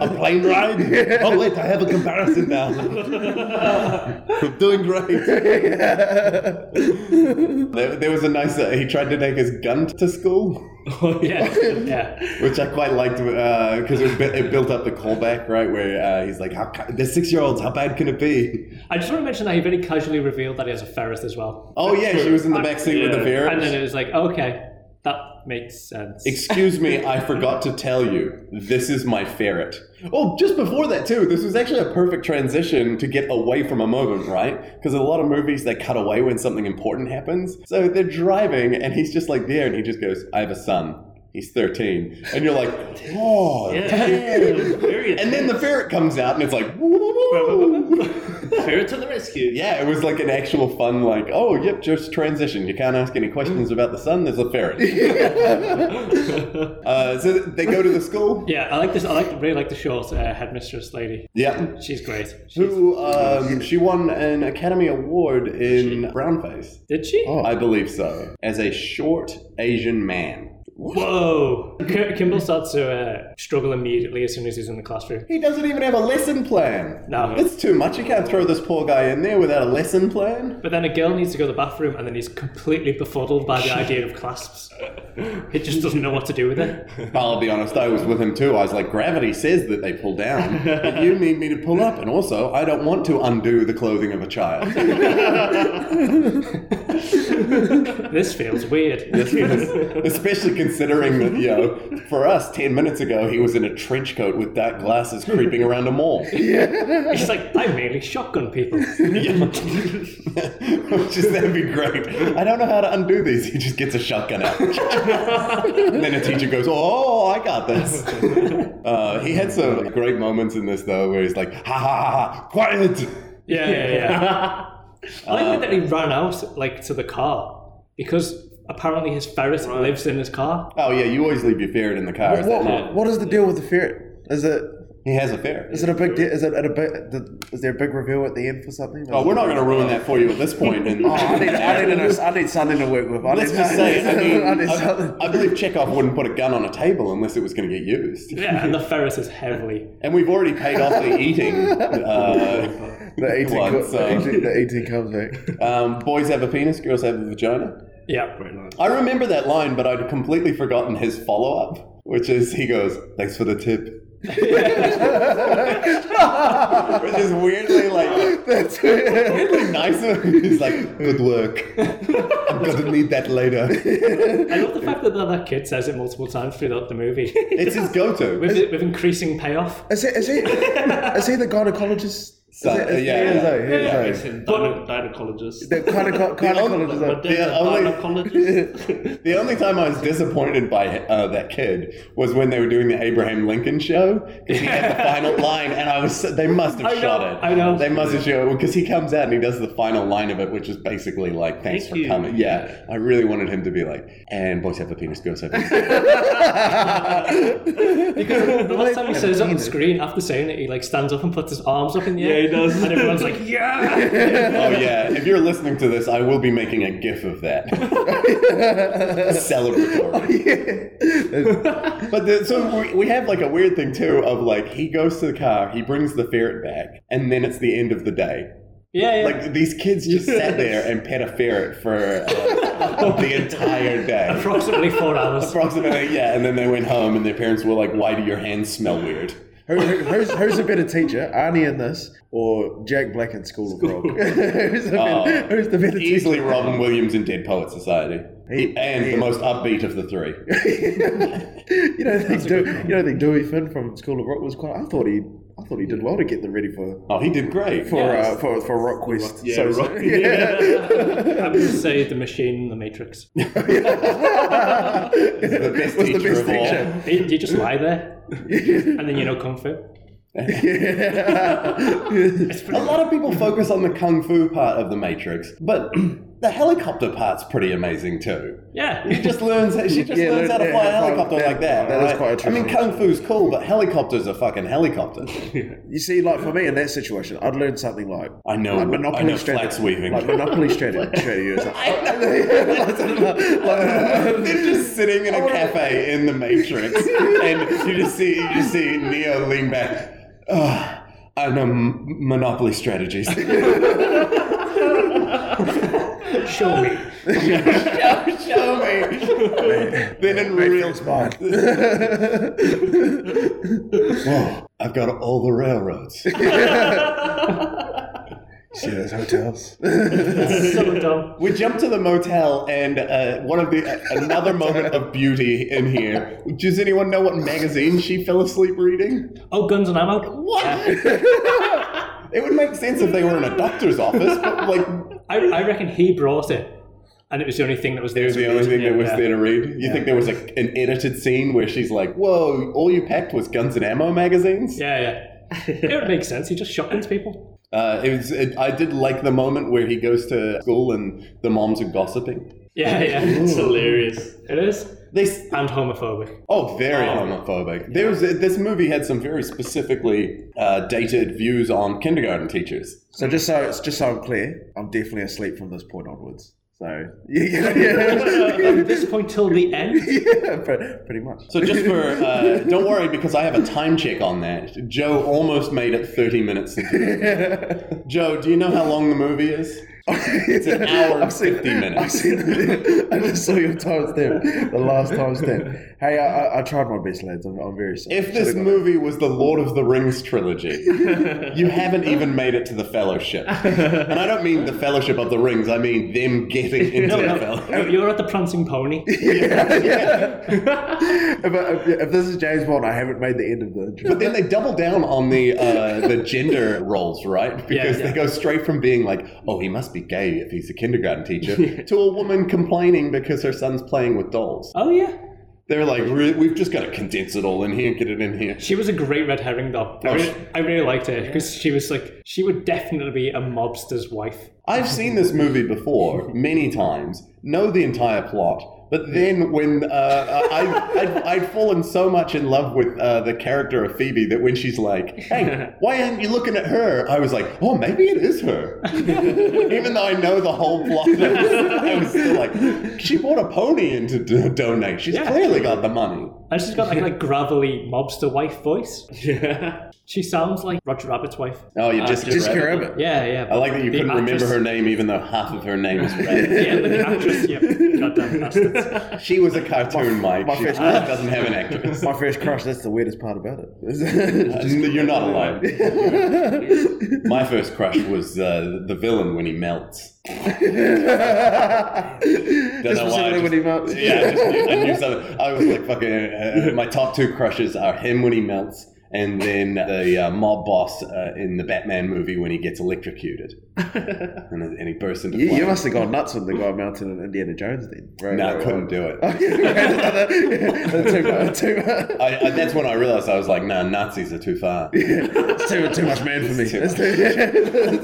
a what? plane ride? Oh wait, I have a comparison now. I'm doing great. There, there was a nice. Uh, he tried to take his gun to school, Oh, yeah. Yeah. which I quite liked because it, bu- it built up the callback, right? Where uh, he's like, "How ca- the six-year-olds? How bad can it be?" I just want to mention that he very casually revealed that he has a ferret as well. Oh yeah, she was in the back seat with the Yeah. And then ferret. it was like, okay, that makes sense. Excuse me, I forgot to tell you. This is my ferret. Oh, just before that too. This was actually a perfect transition to get away from a moment, right? Because a lot of movies they cut away when something important happens. So they're driving, and he's just like there, and he just goes, "I have a son. He's 13," and you're like, "Oh, Yeah, very And then the ferret comes out, and it's like, "Woo!" ferret to the rescue. yeah, it was like an actual fun, like, oh, yep, just transition. You can't ask any Mm. questions about the sun. There's a ferret. uh, so they go to the school. Yeah, I like this. I like really like the short uh, headmistress lady. Yeah. She's great. She- Who um, she won an Academy Award in brownface, did she? Oh. I believe so, as a short Asian man. Whoa! K- Kimball starts to uh, struggle immediately as soon as he's in the classroom. He doesn't even have a lesson plan. No. that's too much. You can't throw this poor guy in there without a lesson plan. But then a girl needs to go to the bathroom, and then he's completely befuddled by the idea of clasps. He just doesn't know what to do with it. I'll be honest, I was with him too. I was like, gravity says that they pull down, but you need me to pull up. And also, I don't want to undo the clothing of a child. This feels weird. Especially considering that, you know, for us, 10 minutes ago, he was in a trench coat with dark glasses creeping around a mall. He's like, I mainly shotgun people. Which is, that'd be great. I don't know how to undo these. He just gets a shotgun out. And then a teacher goes, Oh, I got this. Uh, he had some great moments in this, though, where he's like, Ha ha ha, ha quiet. Yeah, yeah, yeah. I like that he ran out like to the car because apparently his ferret lives in his car. Oh yeah, you always leave your ferret in the car. is that not? what, what is the deal with the ferret? Is it He has a ferret. is it a big de- is it a big is there a big reveal at the end for something? oh, we're not going to ruin that for you at this point. And Oh, I need, I need, an, I need something to work with. I let's need, just say, I mean, I need I, something. I believe Chekhov wouldn't put a gun on a table unless it was going to get used. Yeah, and the ferret is heavily. And we've already paid off the eating. Uh, The 18, one, co- so. the 18, the 18 comes back. um, boys have a penis, girls have a vagina. Yeah. I remember that line, but I'd completely forgotten his follow up, which is he goes, "Thanks for the tip." Which is weirdly like That's it. weirdly nicer. He's like, good work. I'm gonna need that later. I love the fact that that, that kid says it multiple times throughout the movie. It's his go-to. with, with increasing payoff. Is he, is he, is he the gynecologist? So, Is it- is- yeah, he is, yeah. eh? He is, eh? It's in gyne- gynecologist. The gyneco- gynecologist. eh? But there's Yeah, a only- gynecologist. The only time I was disappointed by uh, that kid was when they were doing the Abraham Lincoln show. 'cause He had the final line, and I was so- they must have know, shot it. I know. they must have shot it because he comes out and he does the final line of it, which is basically like, "Thanks Thank for you. coming." Yeah, I really wanted him to be like, "And boys have the penis, girls have." The penis." uh, The last time he I've says it seen on it. screen after saying it, he like stands up and puts his arms up in the Yeah, air. he does. And everyone's like, yeah. oh yeah, if you're listening to this, I will be making a gif of that. Celebratory. But the, so we, we have like a weird thing too of like he goes to the car, he brings the ferret back, and then it's the end of the day. yeah, yeah. Like these kids just sat there and pet a ferret for uh, the entire day, Approximately four hours. approximately. Yeah, and then they went home, and their parents were like, "Why do your hands smell weird?" Who, who- who's, who's a better teacher, Arnie in this or Jack Black in School of Rock? who's, the Oh. better, who's the better teacher? Easily Robin Williams in Dead Poet Society, He- and the most upbeat of the three. you know, they do, you know, they Dewey Finn from School of Rock was quite. I thought he, I thought he did well to get them ready for Oh, he did great. for uh, for for Rock Quest. yeah, so, Rock- I would say The Machine, The Matrix. the best was the teacher best of all. teacher. You you just lie there, and then you know comfort. Yeah. A lot of people focus on the kung fu part of the Matrix, but the helicopter part's pretty amazing too. She Yeah. just learns. She just Yeah, learns learn- how to fly a yeah, that's quite- helicopter yeah, like that. that is right? quite a I mean, trick. kung fu's cool, but helicopters are fucking helicopters. you see, like for me in that situation, I'd learn something like I know. like I monopoly know strategy, flax weaving. like monopoly strategy. strategy "Oh, is like, They're just sitting in a Oh. cafe in the Matrix, and you just see you just see Neo lean back. "Ah, I know m- monopoly strategies. Show me. Show me. then in real Matrix mind. Whoa, I've got all the railroads. See those hotels. So dumb. We jump to the motel, and uh, one of the another moment of beauty in here. Does anyone know what magazine she fell asleep reading? Oh, guns and ammo. What? it would make sense if they were in a doctor's office, but like I, I reckon he brought it, and it was the only thing that was there. it was the to only read. thing that was Yeah. there to read. You think there was like an edited scene where she's like, "Whoa, all you packed was guns and ammo magazines." Yeah, yeah. it would make sense. He just shotguns people. Uh, it was. It, I did like the moment where he goes to school and the moms are gossiping. Yeah, yeah. It's hilarious. It is. They s- And homophobic. Oh, very Oh. homophobic. There was this movie had some very specifically uh, dated views on kindergarten teachers. So just so it's just so I'm clear, I'm definitely asleep from this point onwards. So yeah, yeah, yeah. From this point till the end. yeah pre- pretty much. So just for uh, don't worry because I have a time check on that. Joe almost made it thirty minutes. into it. Joe, do you know how long the movie is? it's an hour and 50 minutes. I've seen the, I just saw your timestamp, the last timestamp. Hey, I, I, I tried my best, lads. I'm, I'm very sorry. If this Should've movie was the Lord of the Rings trilogy, you haven't even made it to the Fellowship, and I don't mean the Fellowship of the Rings. I mean them getting into No, the no, Fellowship. no, you're at the prancing pony. gone- yeah. if, I, if, if this is James Bond, I haven't made the end of the intro. But then they double down on the uh, the gender roles, right? Because yeah. they go straight from being like, "Oh, he must be gay if he's a kindergarten teacher," to a woman complaining because her son's playing with dolls. Oh yeah. They're like, "Re- "We've just got to condense it all in here, get it in here." She was a great red herring though. I, Oh, really, she- I really liked her because she was like she would definitely be a mobster's wife. I've seen this movie before many times, know the entire plot. But then, when uh, I, I'd, I'd fallen so much in love with uh, the character of Phoebe that when she's like, "Hey, why aren't you looking at her?" I was like, "Oh, maybe it is her." Even though I know the whole plot, I was, I was still like, "She bought a pony into to donate. She's Yeah. clearly got the money." And she's got like a gravelly mobster wife voice. Yeah. She sounds like Roger Rabbit's wife. Oh, you Uh, just Just grab it. Yeah, yeah. I like that you the couldn't remember actress- her name, even though half of her name is Rabbit. Yeah, but the actress, yeah. Goddamn bastards. She was a cartoon, Mike. my she first- doesn't have an actress. My first crush. That's the weirdest part about it. You're not alone. My first crush was uh, the villain when he melts. Don't know why. I Specifically just- when he melts. Yeah, I, just knew, I knew something. I was like, fucking. Uh, my top two crushes are him when he melts, and then the uh, mob boss uh, in the Batman movie when he gets electrocuted, and, and he bursts into You, you flames. must have gone nuts on the guy mountain in Indiana Jones then. Right, No, I right, couldn't right. do it. too much, too much, I, I, that's when I realized I was like, nah, Nazis are too far. It's too, too much man for me. It's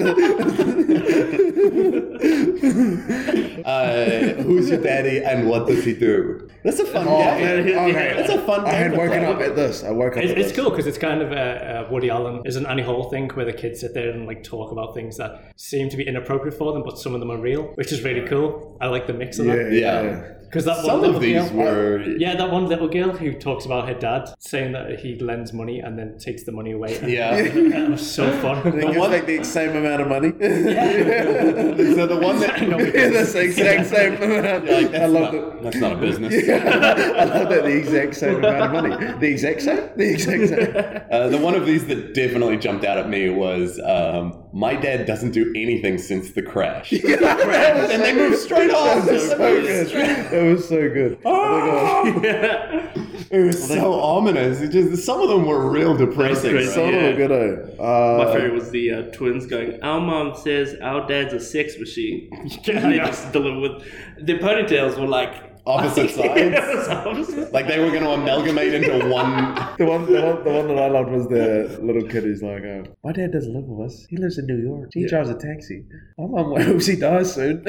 Uh, who's your daddy and what does he do? That's a fun Oh, game. man, okay. That's a fun I game. had to woken play. up at this. I woke up. It's, at it's this. cool because it's kind of a, a Woody Allen is an Annie Hall thing where the kids sit there and like talk about things that seem to be inappropriate for them, but some of them are real, which is really cool. I like the mix of Yeah, that Yeah. yeah. because that Some one of little these girl- were. Yeah, that one little girl who talks about her dad saying that he lends money and then takes the money away. And Yeah. that was so fun. It gives one- like the same amount of money. so the one that. That's the exact same amount. Like, that's, I love not, that. that's not a business. I love that the exact same amount of money. The exact same? The exact same. Uh, the one of these that definitely jumped out at me was um, my dad doesn't do anything since the crash. and they move straight on. It was so good. It was so good. Oh my gosh. It was so ominous. It just some of them were real depressing. great. right? So Yeah. good, eh? Uh, My favorite was the uh, twins going, Our mom says our dad's a sex machine. Yeah, and they yeah. just deliver with. Their ponytails were like. Opposite Yeah, sides. it was opposite. Like they were going to amalgamate into one. The one, the one, the one that I loved was the little kid who's like, uh, "My dad doesn't live with us. He lives in New York. He drives a taxi. My mom hopes he dies soon.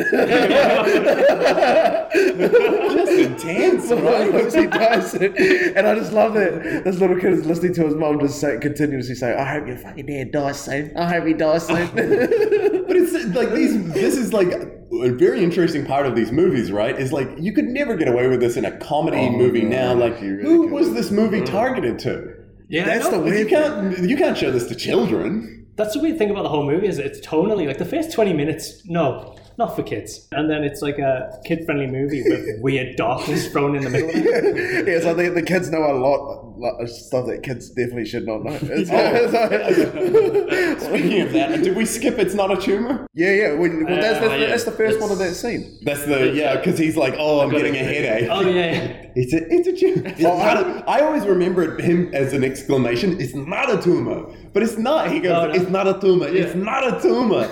Just intense, My mum right? hopes he dies soon." And I just love that this little kid is listening to his mom just say, continuously saying, "I hope your fucking dad dies soon. I hope he dies soon." But it's like these. This is like a very interesting part of these movies, right? Is like you could never get away with this in a comedy Oh, movie no, Mm. now. Like, you really who couldn't. was this movie targeted to? Yeah, That's the no, You weird. thing. can't. You can't show this to children. That's the weird thing about the whole movie is it's tonally like the first twenty minutes. No, not for kids. And then it's like a kid-friendly movie with weird darkness thrown in the middle. Of it. yeah, so the, the kids know a lot, lot of stuff that kids definitely should not know. It's- it's like- Oh. Speaking of that, did we skip? It's not a tumor. yeah, yeah. we- well, that's, that's, Uh, yeah, that's the first one of that it's- scene. That's the yeah, because he's like, oh, I'm got getting a it. headache. Oh yeah, It's a it's a tumor. It's Oh, I- not a- I always remember him as an exclamation. It's not a tumor, but it's not. He goes, No, no. it's not a tumor. It's not a tumor.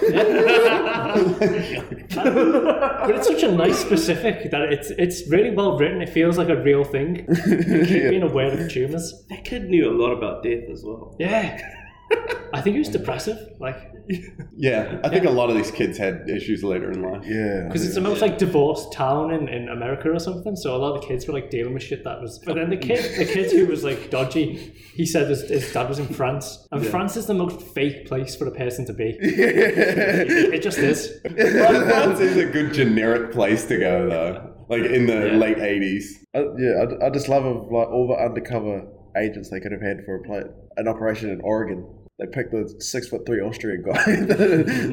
but it's such a nice specific that it's it's really well written. It feels like a real thing. Being aware of tumors. That kid knew a lot about death as well. Yeah, I think it was depressive. Like yeah, I think a lot of these kids had issues later in life. Yeah. Because it's almost like divorced town in, in America or something. So a lot of the kids were like dealing with shit that was. But then the kid, the kid who was like dodgy, he said his, his dad was in France, and France is the most fake place for a person to be. It just is. France is a good generic place to go though. Like in the Yeah. late '80s. I, yeah, I, I just love of like all the undercover agents they could have had for a play, an operation in Oregon. They picked the six foot three Austrian guy.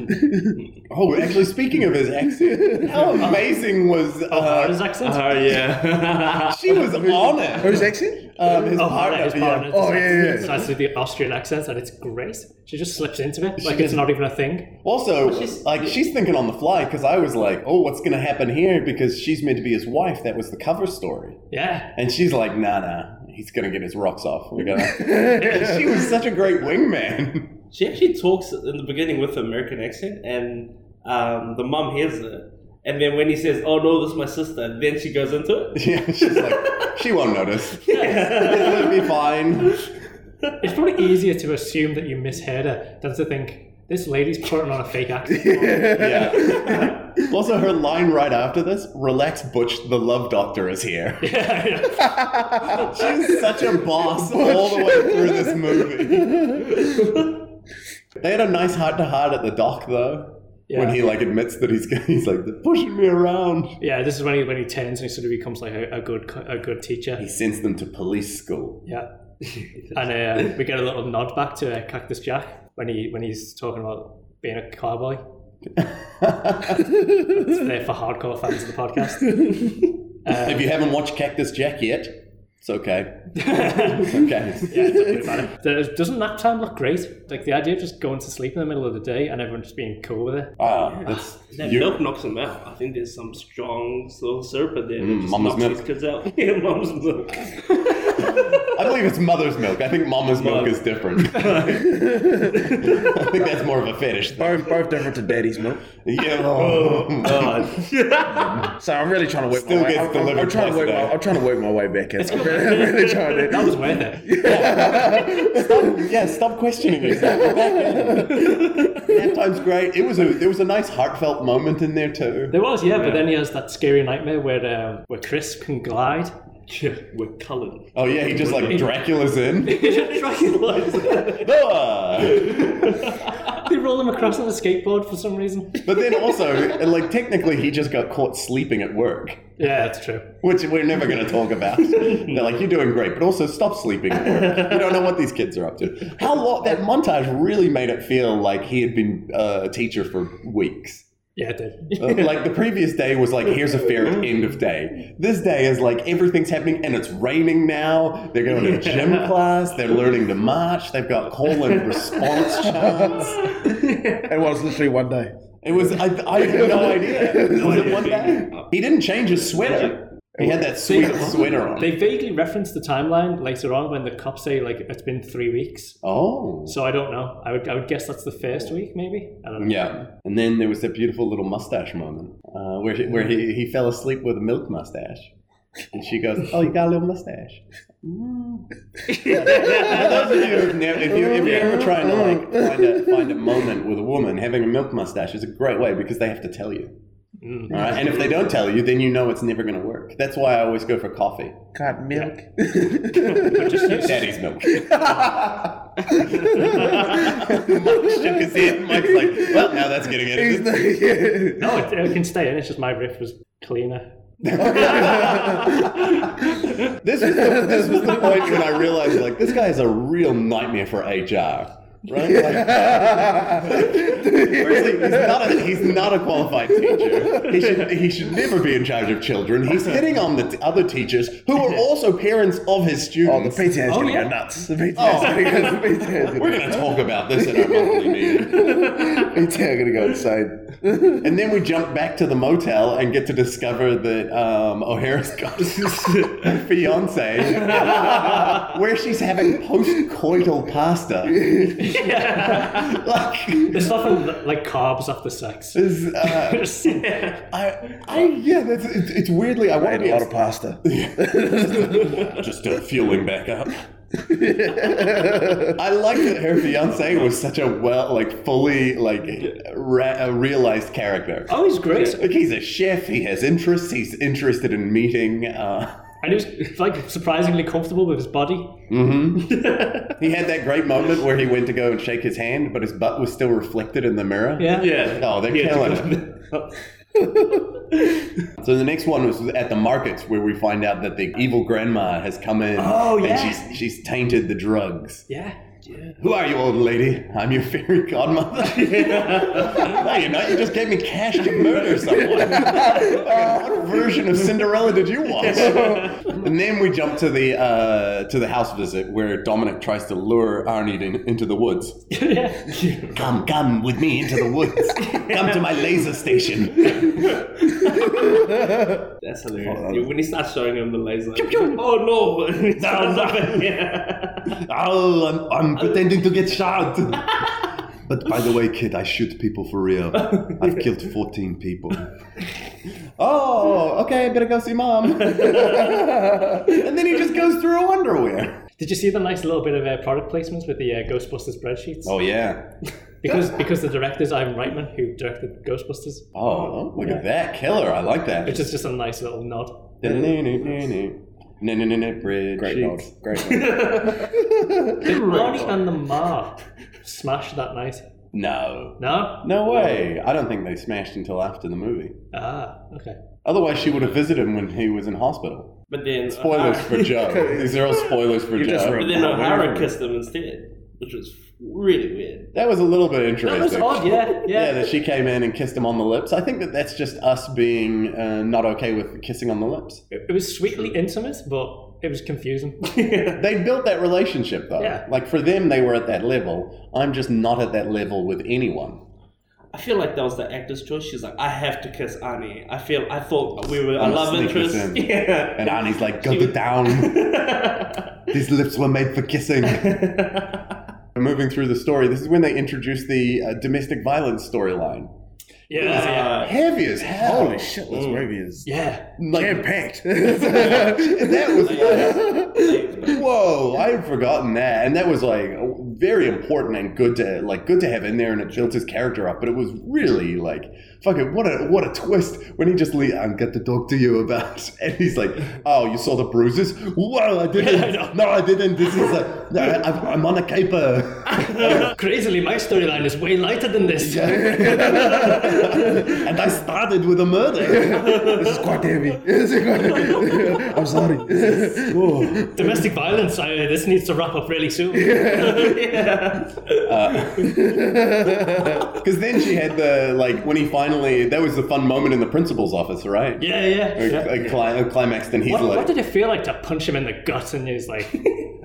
Oh, actually, speaking of his accent, how amazing was Or uh, his accent. Oh, yeah. she was on it. Whose accent? Um, his Oh, partner, yeah, his yeah. partner. Oh, yeah, yeah. It's actually the Austrian accent, and it's great. She just slips into it like it's not even a thing. Also, she's- like she's thinking on the fly because I was like, "Oh, what's gonna happen here?" Because she's meant to be his wife. That was the cover story, Yeah. and she's like, "Nah, nah, he's gonna get his rocks off." We're gonna. she was such a great wingman. She actually talks in the beginning with an American accent, and um, the mum hears it. And then when he says, "Oh no, this is my sister," then she goes into it. yeah, she's like, she won't notice. It'll be fine. It's probably easier to assume that you misheard her than to think this lady's putting on a fake accent. Yeah. also, her line right after this: "Relax, Butch. The love doctor is here." yeah, yeah. She's such a boss all the way through this movie. they had a nice heart to heart at the dock, though. Yeah. when he like admits that he's he's like they're pushing me around. yeah, this is when he when he turns and he sort of becomes like a, a good co- a good teacher. He sends them to police school. Yeah. and uh, we get a little nod back to uh, Cactus Jack when he when he's talking about being a cowboy. It's there for hardcore fans of the podcast. if you haven't watched Cactus Jack yet, it's okay. It's okay. Does- Doesn't nap time look great? Like the idea of just going to sleep in the middle of the day and everyone just being cool with it. Ah, that's That you- milk knocks him out. I think there's some strong little syrup in there that just mama's knocks Mm, milk. these kids out. yeah, mum's milk. I believe it's mother's milk. I think mama's milk is different. I think that's more of a fetish. Thing. Both, both different to daddy's milk. Yeah. Oh, So I'm really trying to work Still my way. gets I'm, I'm- delivered I'm trying to twice work. a My, day. I'm trying to work my way back in. I'm really, I'm really trying That to. was worth it. yeah, stop questioning yourself. Go back in. Nap time's great. It was a there was a nice heartfelt moment in there too. There was, yeah, but then he has that scary nightmare where um, where Chris can glide. Yeah, We're coloured. Oh yeah, he just like Dracula's in. they Ah. roll him across on a skateboard for some reason. But then also, like technically, he just got caught sleeping at work, Yeah, that's true. which we're never going to talk about. They're like, "You're doing great," but also stop sleeping at work. We don't know what these kids are up to. How long? That montage really made it feel like he had been uh, a teacher for weeks. Yeah, it did. Uh, like the previous day was like here's a fair at end of day this day is like everything's happening and it's raining now they're going to gym class they're learning to march they've got call and response chants It was literally one day. it was i, I had no idea was it one day he didn't change his sweater he had that sweet sweater on They vaguely reference the timeline later on when the cops say like it's been three weeks. oh So I don't know. I would I would guess that's the first week, maybe. I don't know. yeah and then there was that beautiful little mustache moment uh, where, he, where he, he fell asleep with a milk mustache and she goes, "Oh, you got a little mustache." For those of you who've never, if you if you're ever trying to like find a find a moment with a woman, having a milk mustache is a great way because they have to tell you. Mm. All right, and if they don't tell you, then you know it's never going to work. That's why I always go for coffee. Can't milk. Daddy's milk. Mike shook his head. Mike's like, well, now that's getting He's edited. the- No, Oh, it, it can stay in. It's just my riff was cleaner. This was, the, this was the point when I realized, like, this guy is a real nightmare for HR, right? Like, firstly, he's not a, he's not a qualified teacher. He should he should never be in charge of children. He's hitting on the t- other teachers who are also parents of his oh, the students. PTA is Oh, gonna yeah. go nuts. The PTA is Oh. gonna go. The PTA is gonna We're go- going to talk about this in our monthly meeting, PTA are gonna go insane. and then we jump back to the motel and get to discover that um, O'Hara's got her fiance, where she's having post-coital pasta. Like. It's often like carbs after sex. Is, uh, I, I, yeah, that's, it's, it's weirdly, I I want to ate a be lot of pasta. just uh, fueling back up. I like that her fiance was such a well, like, fully, like, ra- uh, realized character. Oh, he's great. Like, he's a chef, he has interests, he's interested in meeting. Uh, And he was like surprisingly comfortable with his body. he had that great moment where he went to go and shake his hand, but his butt was still reflected in the mirror. Yeah. Yeah. Oh, they're killing it. so the next one was at the markets where we find out that the evil grandma has come in Oh, yeah. and she's, she's tainted the drugs. Yeah. Who are you, old lady? I'm your fairy godmother. no, you're not. You just gave me cash to murder someone. what version of Cinderella did you watch? and then we jump to the uh, to the house visit where Dominic tries to lure Arnie in- into the woods. yeah. Come, come with me into the woods. come to my laser station. That's hilarious. Yeah, when he starts showing him the laser. oh no! It sounds up in here. Oh, I'm, I'm pretending to get shot. but by the way, kid, I shoot people for real. I've killed 14 people. oh, okay, better go see mom. and then he just goes through her underwear. Did you see the nice little bit of uh, product placements with the uh, Ghostbusters spreadsheets? Oh, yeah. Because because the director's Ivan Reitman, who directed Ghostbusters, Oh, look at that. Killer. I like that. which is just a nice little nod. Great Great nod. Great nod. Arnie and the Ma smashed that night. No. No? No way. I don't think they smashed until after the movie. Ah, okay. Otherwise, she would have visited him when he was in hospital. But then Spoilers O'Hara- for Joe. These are all spoilers for You just Joe. ruined But then Oh, O'Hara whatever. kissed him instead, which was really weird. Oh, That was a little bit interesting. That was odd, yeah. Yeah. Yeah. that she came in and kissed him on the lips. I think that that's just us being uh, not okay with kissing on the lips. It it was sweetly intimate, but it was confusing. They built that relationship though. Yeah. Like for them, they were at that level. I'm just not at that level with anyone. I feel like that was the actor's choice. She's like, I have to kiss Annie. I feel I thought we were a I'm love gonna sneak this interest. in. Yeah. And Annie's like, "Go She was- down. These lips were made for kissing." Moving through the story, this is when they introduce the uh, domestic violence storyline. yeah, Uh, Heavy as hell. Mm. Holy shit, this movie is yeah. Like- jam packed. that was Yeah. whoa! I had Oh, forgotten that, and that was like very important and good to like good to have in there, and it built his character up. But it was really like fucking what a what a twist when he just le- I'm got to talk to you about, and he's like, oh, you saw the bruises? Whoa, I didn't. no, I didn't. This is like, no, I, I'm- I'm on a caper. yeah. Crazily, my storyline is way lighter than this. and I started with a murder. this is quite heavy. This is quite heavy. I'm sorry. Oh. Domestic violence, I, this needs to wrap up really soon. yeah. Because then she had the like when he finally that was the fun moment in the principal's office, right? Yeah, yeah. Like, like cli- uh, climaxed, and he's What, like, what did it feel like to punch him in the gut and he's like,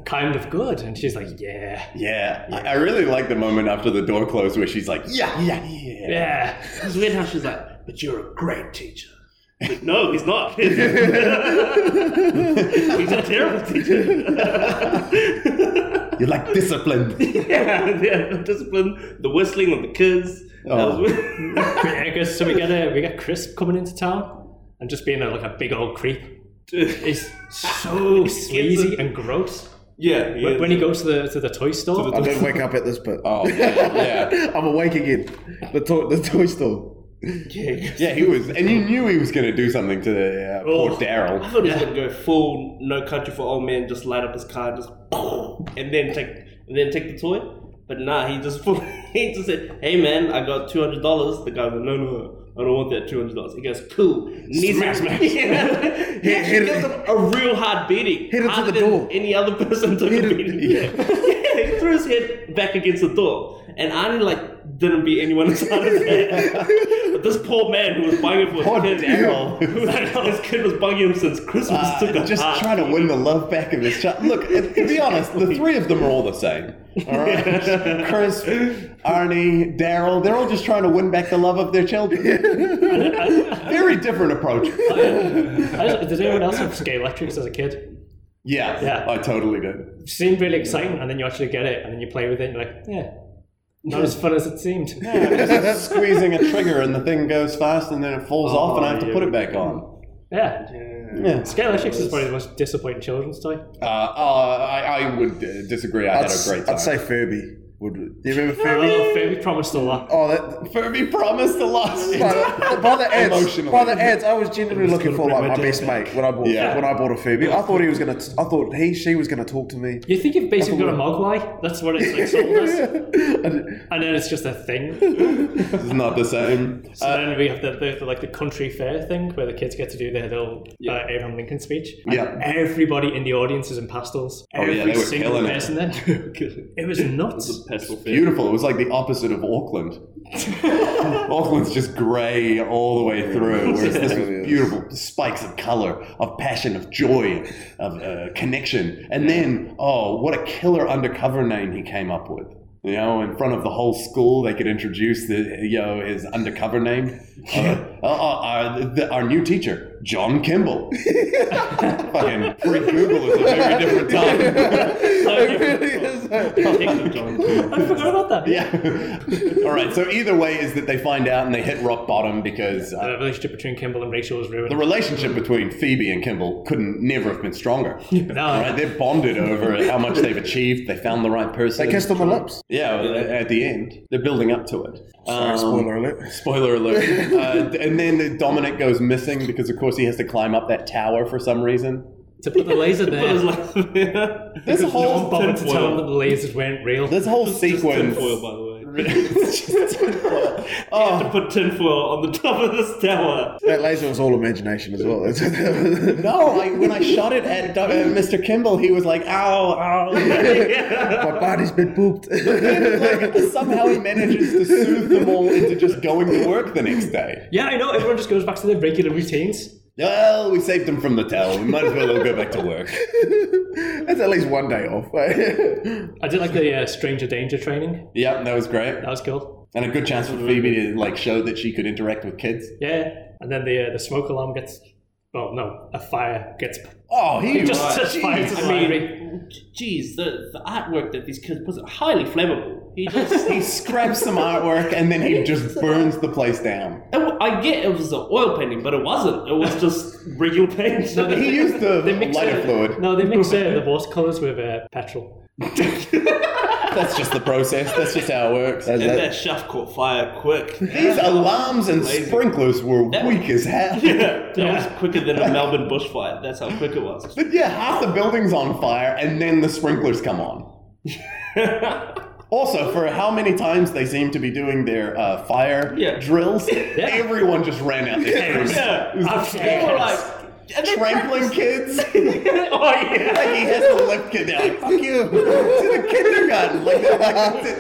kind of good? And she's like, yeah, Yeah, I, I really like the moment after the door closed where she's like, yeah, yeah, yeah. yeah. It's weird how she's like, but you're a great teacher. But no, he's not. he's a terrible teacher. You're like disciplined. yeah, yeah, the discipline, the whistling of the kids. That Oh. was- I guess, so we get a, we get Crisp coming into town and just being a, like a big old creep. It's so sleazy and gross. yeah, yeah. When he goes to the to the toy store, I didn't wake up at this bit. oh, yeah, yeah. I'm awake again. The toy, the toy store. yeah. Yeah, he was, and you knew he was going to do something to the uh, poor Oh. I Daryl. thought he was gonna go full no country for old men, just light up his car, and just and then take and then take the toy. But nah, he just full, he just said, "Hey man, I got two hundred dollars." The guy's like, "No, no, I don't want that two hundred dollars." He goes, "Cool, smash, smash." Yeah. he actually hit it- gives him a real hard beating, Hit it to harder the than door. Any other person took Hit a it- beating. yeah. yeah, he threw his head back against the door, and I like didn't beat anyone inside his head. But this poor man who was buying it for Poor his kid, Daryl. who I know his kid was bugging him since Christmas. took a Uh, just heart. trying to win the love back of his child. Look, uh, to be honest, the three of them are all the same. All right, Chris, Arnie, Daryl—they're all just trying to win back the love of their children. Very different approach. I don't- did anyone else have Skate Electrics as a kid? Yeah, Yeah. I totally did. It seemed really exciting, and then you actually get it, and then you play with it, and you're like, yeah, not as fun as it seemed. Just squeezing a trigger and the thing goes fast and then it falls off and I have to put it back on. Yeah, Yeah. Skate Electrics is probably the most disappointing children's toy. Uh, uh, I, I would uh, disagree. I I'd, had a s- great time. I'd say Furby. Would do you remember Furby? Oh, Furby promised a lot. Oh, that, Furby promised a lot. by, the, by the ads, Emotionally. by the ads, I was genuinely looking for like my my day best mate when I bought Yeah. when I bought a Furby. I thought he was gonna. T- I thought he she was gonna talk to me. You think you've basically got a mogwai? That's what it's like sold us, I did- and then it's just a thing. It's not the same. So then we have the, the, the like the country fair thing where the kids get to do their little uh, Abraham Lincoln speech. And Yeah. Oh, Everybody in the audience is in pastels. yeah, Every they were single killing it. person there. It was nuts. Pestle fit. Beautiful. It was like the opposite of Auckland. Auckland's just grey all the way through, whereas this was Really is. beautiful spikes of colour, of passion, of joy, of uh, connection. And then, oh, what a killer undercover name he came up with. You know, in front of the whole school, they could introduce the you know his undercover name. Uh, oh, oh, our, the, our new teacher, John Kimball. Fucking pre Google is a very different time. it really is. I forgot about that. Yeah. All right. So either way is that they find out and they hit rock bottom because uh, The relationship between Kimball and Rachel was ruined. the relationship between Phoebe and Kimball couldn't never have been stronger. no, All right. They're bonded over how much they've achieved. They found the right person. They kissed on my lips. yeah. At the end, they're building up to it. Um, Spoiler alert. Spoiler alert. uh, and then Dominic goes missing because, of course, he has to climb up that tower for some reason. to put the laser there. But it's like- This no one whole bothered to tell tinfoil. them that the lasers weren't real. this whole Just sequence. tinfoil, by the way. have Oh. to put tinfoil on the top of this tower. That laser was all imagination as well. No, I, when I shot it at Do- uh, Mr. Kimball, he was like, ow, ow. Yeah. my body's been booped. Like, somehow he manages to soothe them all into just going to work the next day. Yeah, I know. Everyone just goes back to their regular routines. Well, we saved them from the tower. We might as well all go back to work. That's at least one day off. I did like the uh, stranger danger training. Yep, that was great. That was cool. And a good chance for Phoebe to like show that she could interact with kids. Yeah, and then the uh, the smoke alarm gets. Well, no, a fire gets Oh, he just was- just fires a I mean, geez, the, the artwork that these kids put highly flammable. He just, he scraps some artwork and then he just burns the place down. And I get it was an oil painting, but it wasn't. It was just regular paint. No, He used the They mix lighter it. fluid. No, they mix uh, the watercolors with uh, petrol. That's just the process. That's just how it works. and that shaft caught fire quick. These alarms and Amazing. sprinklers were weak as hell. Yeah, that Yeah. was quicker than a Melbourne bushfire. That's how quick it was. But yeah, half the building's on fire and then the sprinklers come on. also, for how many times they seem to be doing their uh, fire Yeah. drills, everyone just ran out there. Yeah. It was They were like, Absolutely. and they trampling kids. oh yeah. Like he has the left kid down, like fuck you to the kindergarten. Like, like,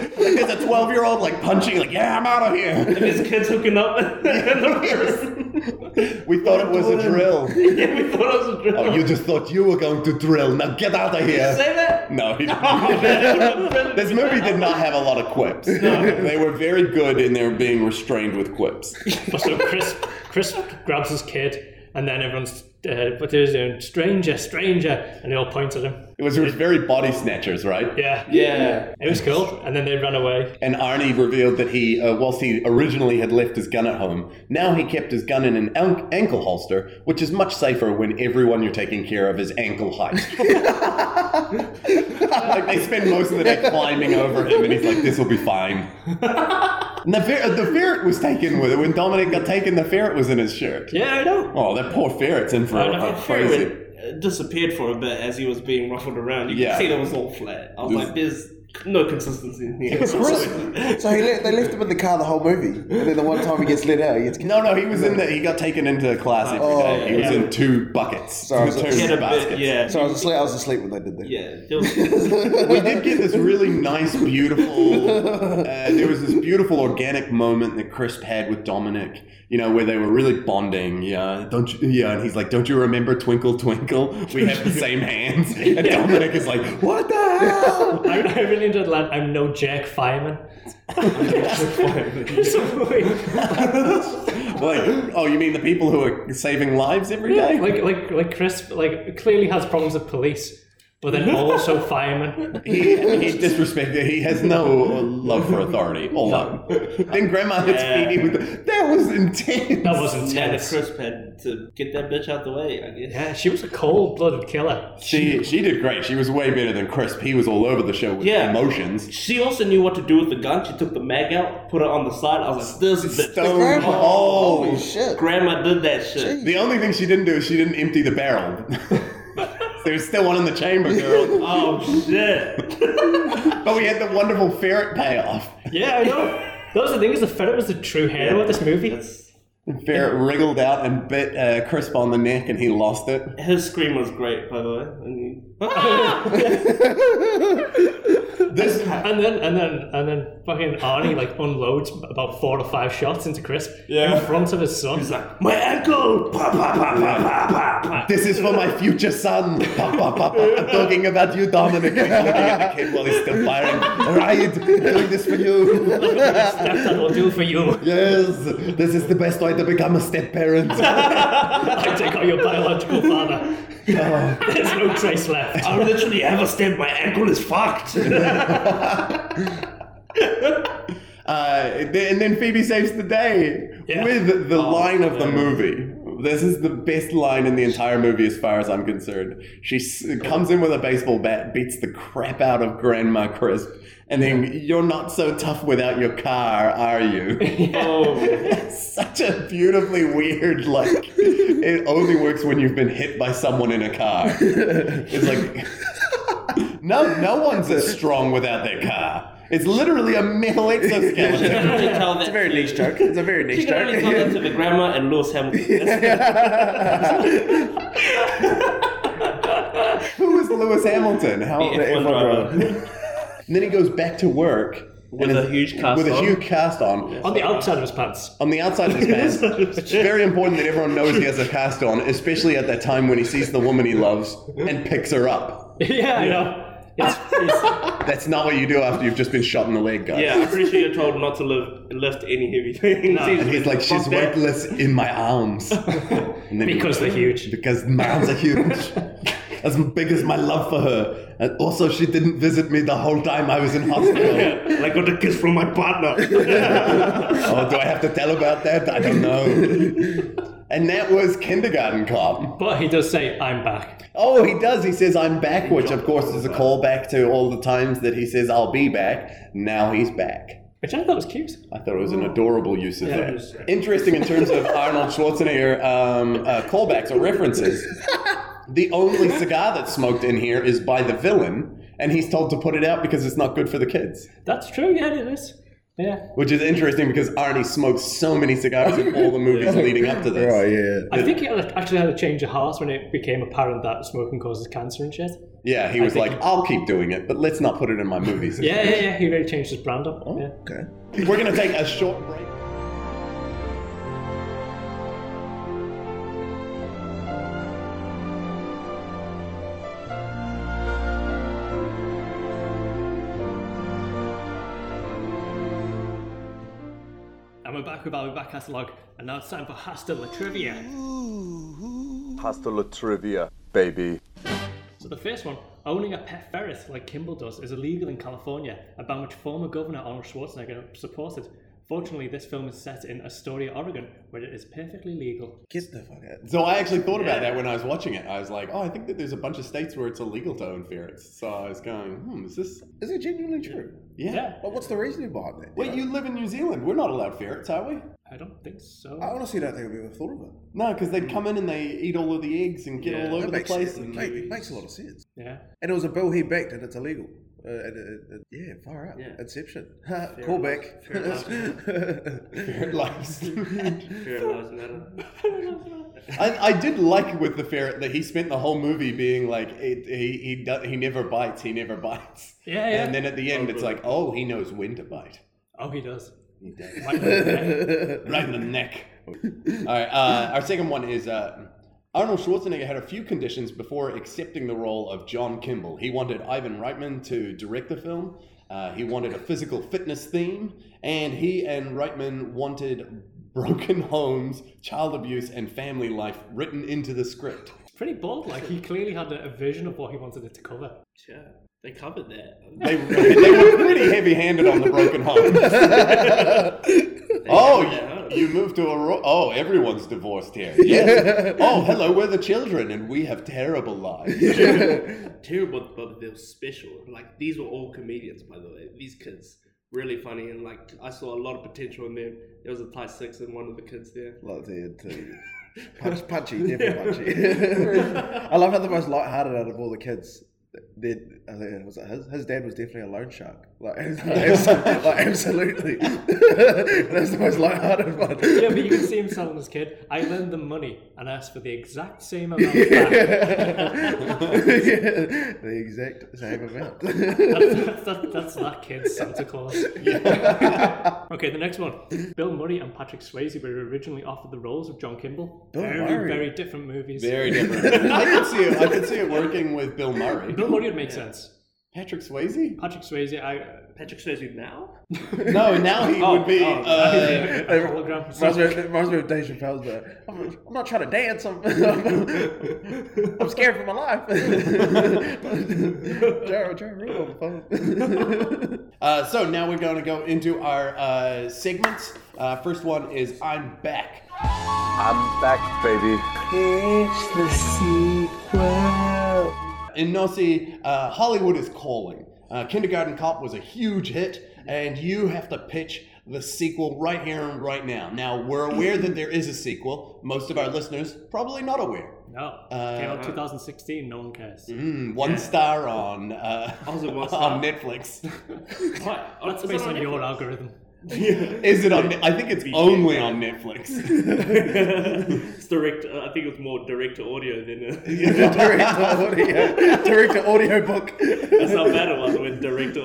like there's a twelve year old like punching, like yeah, I'm out of here. There's kids hooking up in the prison. We thought it was a drill. yeah, we thought it was a drill. Oh, you just thought you were going to drill. Now get out of here. say that? No, he didn't. Oh, man. This movie did not have a lot of quips. They were very good in their being restrained with quips. But so Chris, Chris grabs his kid, and then everyone's uh, but there's a stranger, stranger, and they all point at him. It was, it was very body snatchers, right? Yeah, Yeah. it was cool. And then they run away. And Arnie revealed that he, uh, whilst he originally had left his gun at home, now he kept his gun in an an- ankle holster, which is much safer when everyone you're taking care of is ankle height. like they spend most of the day climbing over him, and he's like, "This will be fine." And the, fer- the ferret was taken with it. When Dominic got taken, the ferret was in his shirt. Yeah, I know. Oh, that poor ferret's in for a, I a think crazy. Freeman, uh, disappeared for a bit as he was being ruffled around. You Yeah. could see that was all flat. I was This- like, there's no consistency in here. so he le- they left him in the car the whole movie, and then the one time he gets let out, he gets. No, no, he was in the. He got taken into the class every Oh, day. He was yeah. in two buckets, Sorry, two I was- Get a baskets. bit, yeah. So I was asleep. I was asleep when they did that. yeah. There was- We did get this really nice, beautiful. Uh, there was this beautiful organic moment that Crisp had with Dominic. You know, where they were really bonding. Yeah, don't you? Yeah, and he's like, "Don't you remember Twinkle Twinkle? We have the same hands." And Dominic is like, "What the hell?" I, I really enjoyed the line, I'm no Jack Fireman. Like, oh, you mean the people who are saving lives every day? like, like, like Chris, like clearly has problems with police, but then also firemen. He, he disrespected. He has no love for authority. All up. Then Grandma hits Yeah. Petey with the, that was intense. That was Yeah, the intense. crisp had to get that bitch out the way, I guess. Yeah, she was a cold-blooded killer. She she did great. She was way better than Crisp. He was all over the show with Yeah. emotions. She also knew what to do with the gun. She took the mag out, put it on the side. I was like, this bitch. Stone Grandma, holy cold. shit! Grandma did that shit. Oh. The only thing she didn't do is she didn't empty the barrel. There's still one in the chamber, girl. Oh, shit. But we had the wonderful ferret payoff. Yeah, I know. That was the thing is the ferret was the true hero of this movie. Ferret wriggled out and bit uh, Crisp on the neck, and he lost it. His scream was great, by the way. And he, ah! This And then and then and then fucking Arnie like unloads about four or five shots into Crisp Yeah. in front of his son. He's like, my ankle! Pa, pa, pa, pa, pa, pa, pa. This is for my future son. Pa, pa, pa, pa. I'm talking about you, Dominic. He's looking at the kid while he's still firing. Right, doing this for you. Stepdad will do for you. Yes, this is the best way to become a step parent. I take out your biological father. There's no trace left. I literally have a step. My ankle is fucked. Uh, th- and then Phoebe saves the day Yeah. with the line of the movie. This is the best line in the entire movie, as far as I'm concerned. She s- comes in with a baseball bat, beats the crap out of Grandma Crisp, and then, You're not so tough without your car, are you? oh, such a beautifully weird like it only works when you've been hit by someone in a car it's like no no one's as strong without their car It's literally a metal You can exoskeleton. only tell that It's a very to- niche joke. It's a very You niche can only tell that joke. to the grammar and Lewis Hamilton. That's- Who is Lewis Hamilton? How The F1 driver. And then he goes back to work With and a is- huge cast with a on. huge cast on. On the outside of his pants. On the outside of his pants, it's very important that everyone knows he has a cast on, especially at that time when he sees the woman he loves and picks her up. yeah, I know. It's, it's, That's not what you do after you've just been shot in the leg, guys. yeah, I'm pretty sure you're told not to live, lift any heavy things. No. And he's like, she's weightless in my arms. And then he- because they're huge. because my arms are huge. as big as my love for her. And also, she didn't visit me the whole time I was in hospital. I got a kiss from my partner. oh, do I have to tell about that? I don't know. And that was Kindergarten Cop. But he does say, I'm back. Oh, he does. He says, I'm back, which of course is a callback to all the times that he says, I'll be back. Now he's back. Which I thought was cute. I thought it was an adorable use of it was- that. Interesting in terms of Arnold Schwarzenegger um, uh, callbacks or references. The only cigar that's smoked in here is by the villain, and he's told to put it out because it's not good for the kids. That's true, yeah, it is. Yeah. Which is interesting because Arnie smoked so many cigars in all the movies leading up to this. Oh yeah. I think he had a- actually had a change of heart when it became apparent that smoking causes cancer and shit. Yeah, he was think- like, I'll keep doing it, but let's not put it in my movies. Yeah, yeah, yeah. He really Oh. changed his brand up. yeah. Okay. We're going to take a short break. And we're back with our back catalogue, and now it's time for Hasta La Trivia. Hasta la trivia, baby. So the first one, owning a pet ferret like Kimball does is illegal in California, a ban which former Governor Arnold Schwarzenegger supported. Fortunately, this film is set in Astoria, Oregon, where it is perfectly legal. Get the fuck out. So I actually thought about that when I was watching it. I was like, oh, I think that there's a bunch of states where it's illegal to own ferrets. So I was going, hmm, is this? Is it genuinely true? Yeah. Yeah, Like, what's the reasoning behind that? Wait, you live in New Zealand. We're not allowed ferrets, are we? I don't think so. I honestly don't think I've ever thought of it. No, because they come in and they eat all of the eggs and get Yeah. all over That the makes, place. it and- make- it makes a lot of sense. Yeah. And it was a bill he backed, and it's illegal. Uh, and it- it- yeah, far out. Yeah. Inception. Callback. Ferret lives. That's I, I did like with the ferret that he spent the whole movie being like, it, he he do, he never bites, he never bites. Yeah, yeah. And then at the end, it's like, oh, he knows when to bite. oh, he does. He does. Callback. right in the neck. All right. Uh, our second one is uh, Arnold Schwarzenegger had a few conditions before accepting the role of John Kimball. He wanted Ivan Reitman to direct the film. Uh, he wanted a physical fitness theme, and he and Reitman wanted broken homes, child abuse, and family life written into the script. Pretty bold. Like he clearly had a, a vision of what he wanted it to cover. yeah, they covered that. They, they were pretty heavy-handed on the broken homes. oh, you, you moved to a ro- oh, everyone's divorced here. Yes. oh, hello, we're the children, and we have terrible lives. Terrible, but they were special. Like these were all comedians, by the way. These kids really funny, and like I saw a lot of potential in them. There was a tie six in one of the kids there. Like the, the punch, punchy, definitely punchy. I love how the most light-hearted out of all the kids. Their, I think it was his, his dad was definitely a loan shark. Like, abs- like, absolutely, that's the most light-hearted one. Yeah, but you can see him selling this kid. I lend them money and ask for the exact same amount back. the exact same amount. that's, that's, that's that kid's Santa Claus. okay, the next one. Bill Murray and Patrick Swayze were originally offered the roles of John Kimball. Bill very, Murray. very different movies. Very different. I could see it. I could see it working with Bill Murray, Bill Murray would make sense. Patrick Swayze. Patrick Swayze, I Patrick shows you now. No, now he would be. oh, uh, a hologram. Reminds me, of- reminds me of Dave Chappelle's, but I'm, I'm not trying to dance. I'm, I'm, scared for my life. Joe, Joe Rule on the phone. Uh, so now we're going to go into our uh, segments. Uh, first one is I'm back. I'm back, baby. In Nosy, uh, Hollywood is calling. Uh, Kindergarten Cop was a huge hit, and you have to pitch the sequel right here and right now. Now, we're aware that there is a sequel. Most of our listeners probably not aware. No. Uh, Came out 2016. No one cares. Mm, one star on uh, How's it one on star? Netflix. What? Um, That's Is it based on on your Netflix? algorithm. Is it on? I think it's only on Netflix. it's direct. Uh, I think it was more direct to audio than. Uh, direct to audio, direct to audio book. That's how bad it was with direct to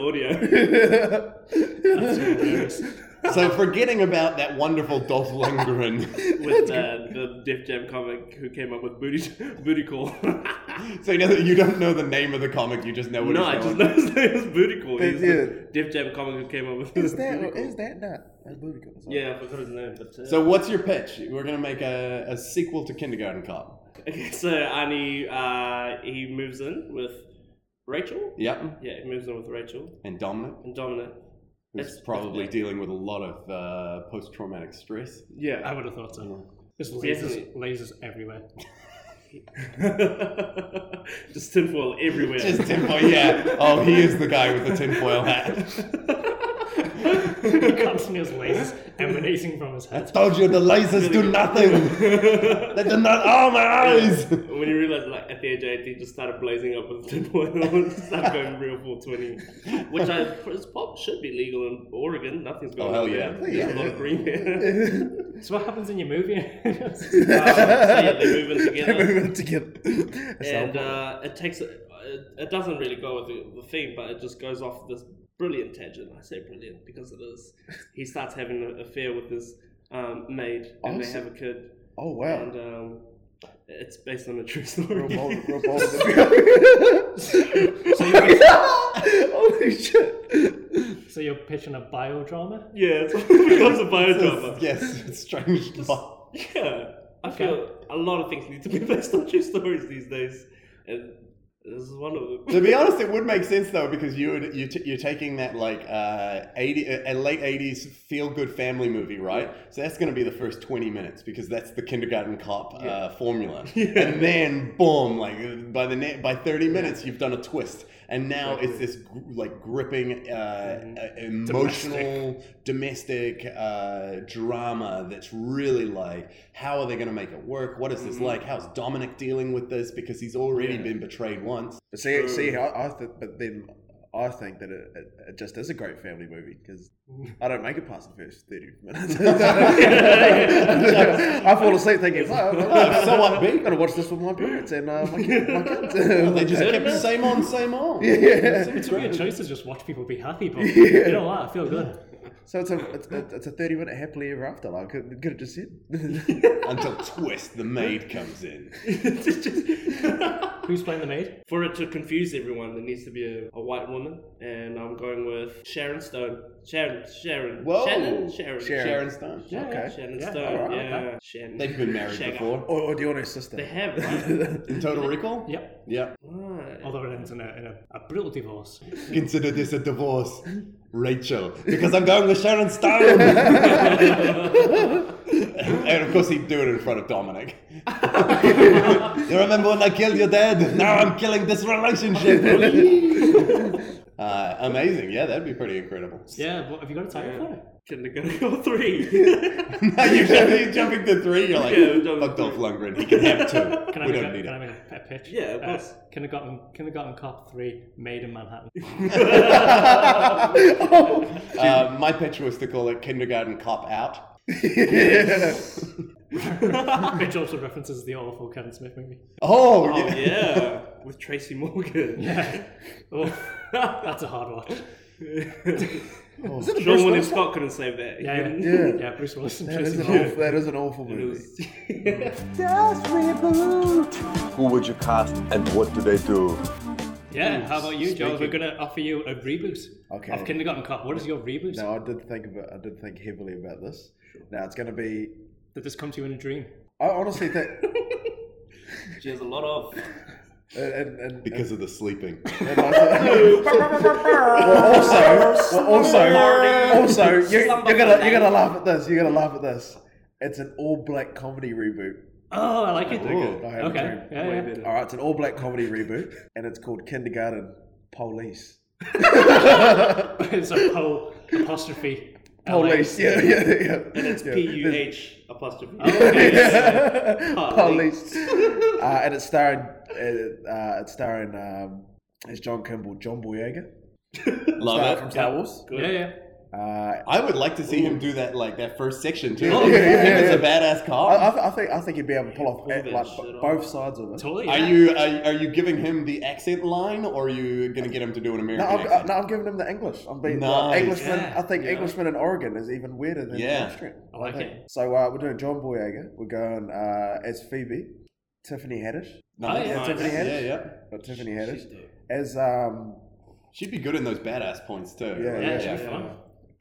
audio. so forgetting about that wonderful Dolph Lundgren, With uh, the Def Jam comic who came up with booty booty call. so he doesn't, you don't know the name of the comic, you just know what. no, he's I doing. just know his name was booty call. He's the did. Def Jam comic who came up with Is that Booty Call. is that not a booty call? Sorry. Yeah, I forgot his name. But, uh, So what's your pitch? We're gonna make a, a sequel to Kindergarten Cop. Okay, so Arnie, uh, he moves in with Rachel. Yep, Yeah, he moves in with Rachel and Dominic, and Dominic. who's That's- probably yeah. dealing with a lot of uh, post-traumatic stress. I Yeah. would have thought so. There's Definitely. lasers, lasers everywhere. Just tinfoil everywwer. Just tinfoil, yeah. Oh, he is the guy with the tinfoil hat. he constantly has lasers emanating from his head. Told you the lasers do nothing. they do not. Oh my eyes! And when he realized, like, at the age of 18, just started blazing up with tinfoil and started going real 420, which I, it's pop should be legal in Oregon. Nothing's going Oh, hell on yeah. there. There's a lot of green there. So what happens in your movie? so yeah, they move in together. together. and uh, it takes it, it doesn't really go with the, the theme, but it just goes off this brilliant tangent. I say brilliant because it is. He starts having an affair with his um, maid, and they Awesome. have a kid, oh wow. and um, it's based on a true story. Real bold, real bold. Holy shit! so you're pitching a biodrama? yeah, it's, it becomes a biodrama. Yes, it's strange. Yeah, I feel a lot of things need to be based on true stories these days, and this is one of to them. be honest, it would make sense though because you would, you t- you're taking that like uh, eighty a a late eighties feel good family movie, right? So that's going to be the first twenty minutes because that's the Kindergarten Cop uh, formula, and then boom, like by the na- by thirty minutes you've done a twist, and now it's this gr- like gripping uh, uh, emotional domestic uh, drama that's really like how are they going to make it work? What is this like? How's Dominic dealing with this because he's already been betrayed once. But see, see, I, I th- but then I think that it, it, it just is a great family movie because I don't make it past the first thirty minutes. I fall asleep thinking, oh, I'm so I'm upbeat. gonna watch this with my parents and uh, my kids. My kids. They just kept same on, same on. yeah. It's a weird choice to just watch people be happy, but you know what? I feel good. So it's a it's, it's it's a thirty minute happily ever after. Like I could, could have just said. Until twist, the maid comes in. It's just- Who's playing the maid? For it to confuse everyone, there needs to be a, a white woman, and I'm going with Sharon Stone. Sharon, Sharon, Whoa. Shannon, Sharon, Sharon. Sharon Stone. Yeah, Okay. Shannon Yeah, Stone. alright, yeah, okay. Shannon. They've been married Shagger. before. or, or do you want her sister? They have. Right? In Oh, Total Recall? Yep. Yep. Right. Although it ends in a, in a, a brutal divorce. Consider this a divorce, Rachel, because I'm going with Sharon Stone. and of course, he'd do it in front of Dominic. you remember when I killed your dad? Now I'm killing this relationship. uh, amazing. Yeah, that'd be pretty incredible. Yeah, but have you got a title for it? Kindergarten three. Now you're, jumping, you're jumping to three. You're like, Yeah, we're jumping fuck to Dolph Lundgren. He can have two. Can I we make, don't a, need can I it. make a, a pitch? Yeah, of Uh, course. kindergarten, kindergarten Cop 3, Made in Manhattan. Uh, my pitch was to call it Kindergarten Cop Out. Which also references the awful Kevin Smith movie. Oh, oh yeah. yeah, with Tracy Morgan. Yeah. Oh, that's a hard watch. Sean William Scott couldn't save that. Yeah, yeah, Yeah. Um, yeah. Bruce Willis and That is Tracy an Morgan. awful, that is an awful It movie. was- Who would you cast and what do they do? Yeah, how about you, Joe? Speaking- We're gonna offer you a reboot Okay. of Kindergarten Cop. What is your reboot? Now I did think about I did think heavily about this. Now it's gonna be. Did this come to you in a dream? I honestly think, She has a lot of. and, and, and Because of the sleeping. And also, well, also, well, also, also, you're, you're gonna you're gonna laugh at this. You're gonna laugh at this. It's an all black comedy reboot. Oh, I like it. I Ooh. have a Okay. dream. Yeah, yeah. All right, it's an all black comedy reboot, and it's called Kindergarten Police. it's a whole apostrophe LA. Police, yeah, yeah, yeah. And it's yeah. P U H apostrophe. Oh, Police. uh, and it's starring, uh, uh, it's starring, um, it's John Kimball, John Boyega. Star- Love From it. Star Wars. Good. Yeah, yeah. Uh, I would like to see him do that, like that first section too. Yeah, yeah, yeah, Him as a yeah. badass I, I, cop. th- I think I think he'd be able to pull off Pull eh, that like shit off. both sides of it. Totally. Are yeah. you are, are you giving him the accent line, or are you gonna get him to do an No, American I've, uh, accent? no, I've given him the English. I'm being Nice. like, Englishman. Yeah. I think Yeah. Englishman in Oregon is even weirder than Yeah. Australian. I like think. it. So uh, we're doing John Boyega. We're going uh, as Phoebe, Tiffany Haddish, Nice. yeah, Tiffany yeah, Haddish. yeah. not Tiffany Haddish, as um, She'd be good in those badass points too. Yeah, Yeah, yeah, should be yeah. fun.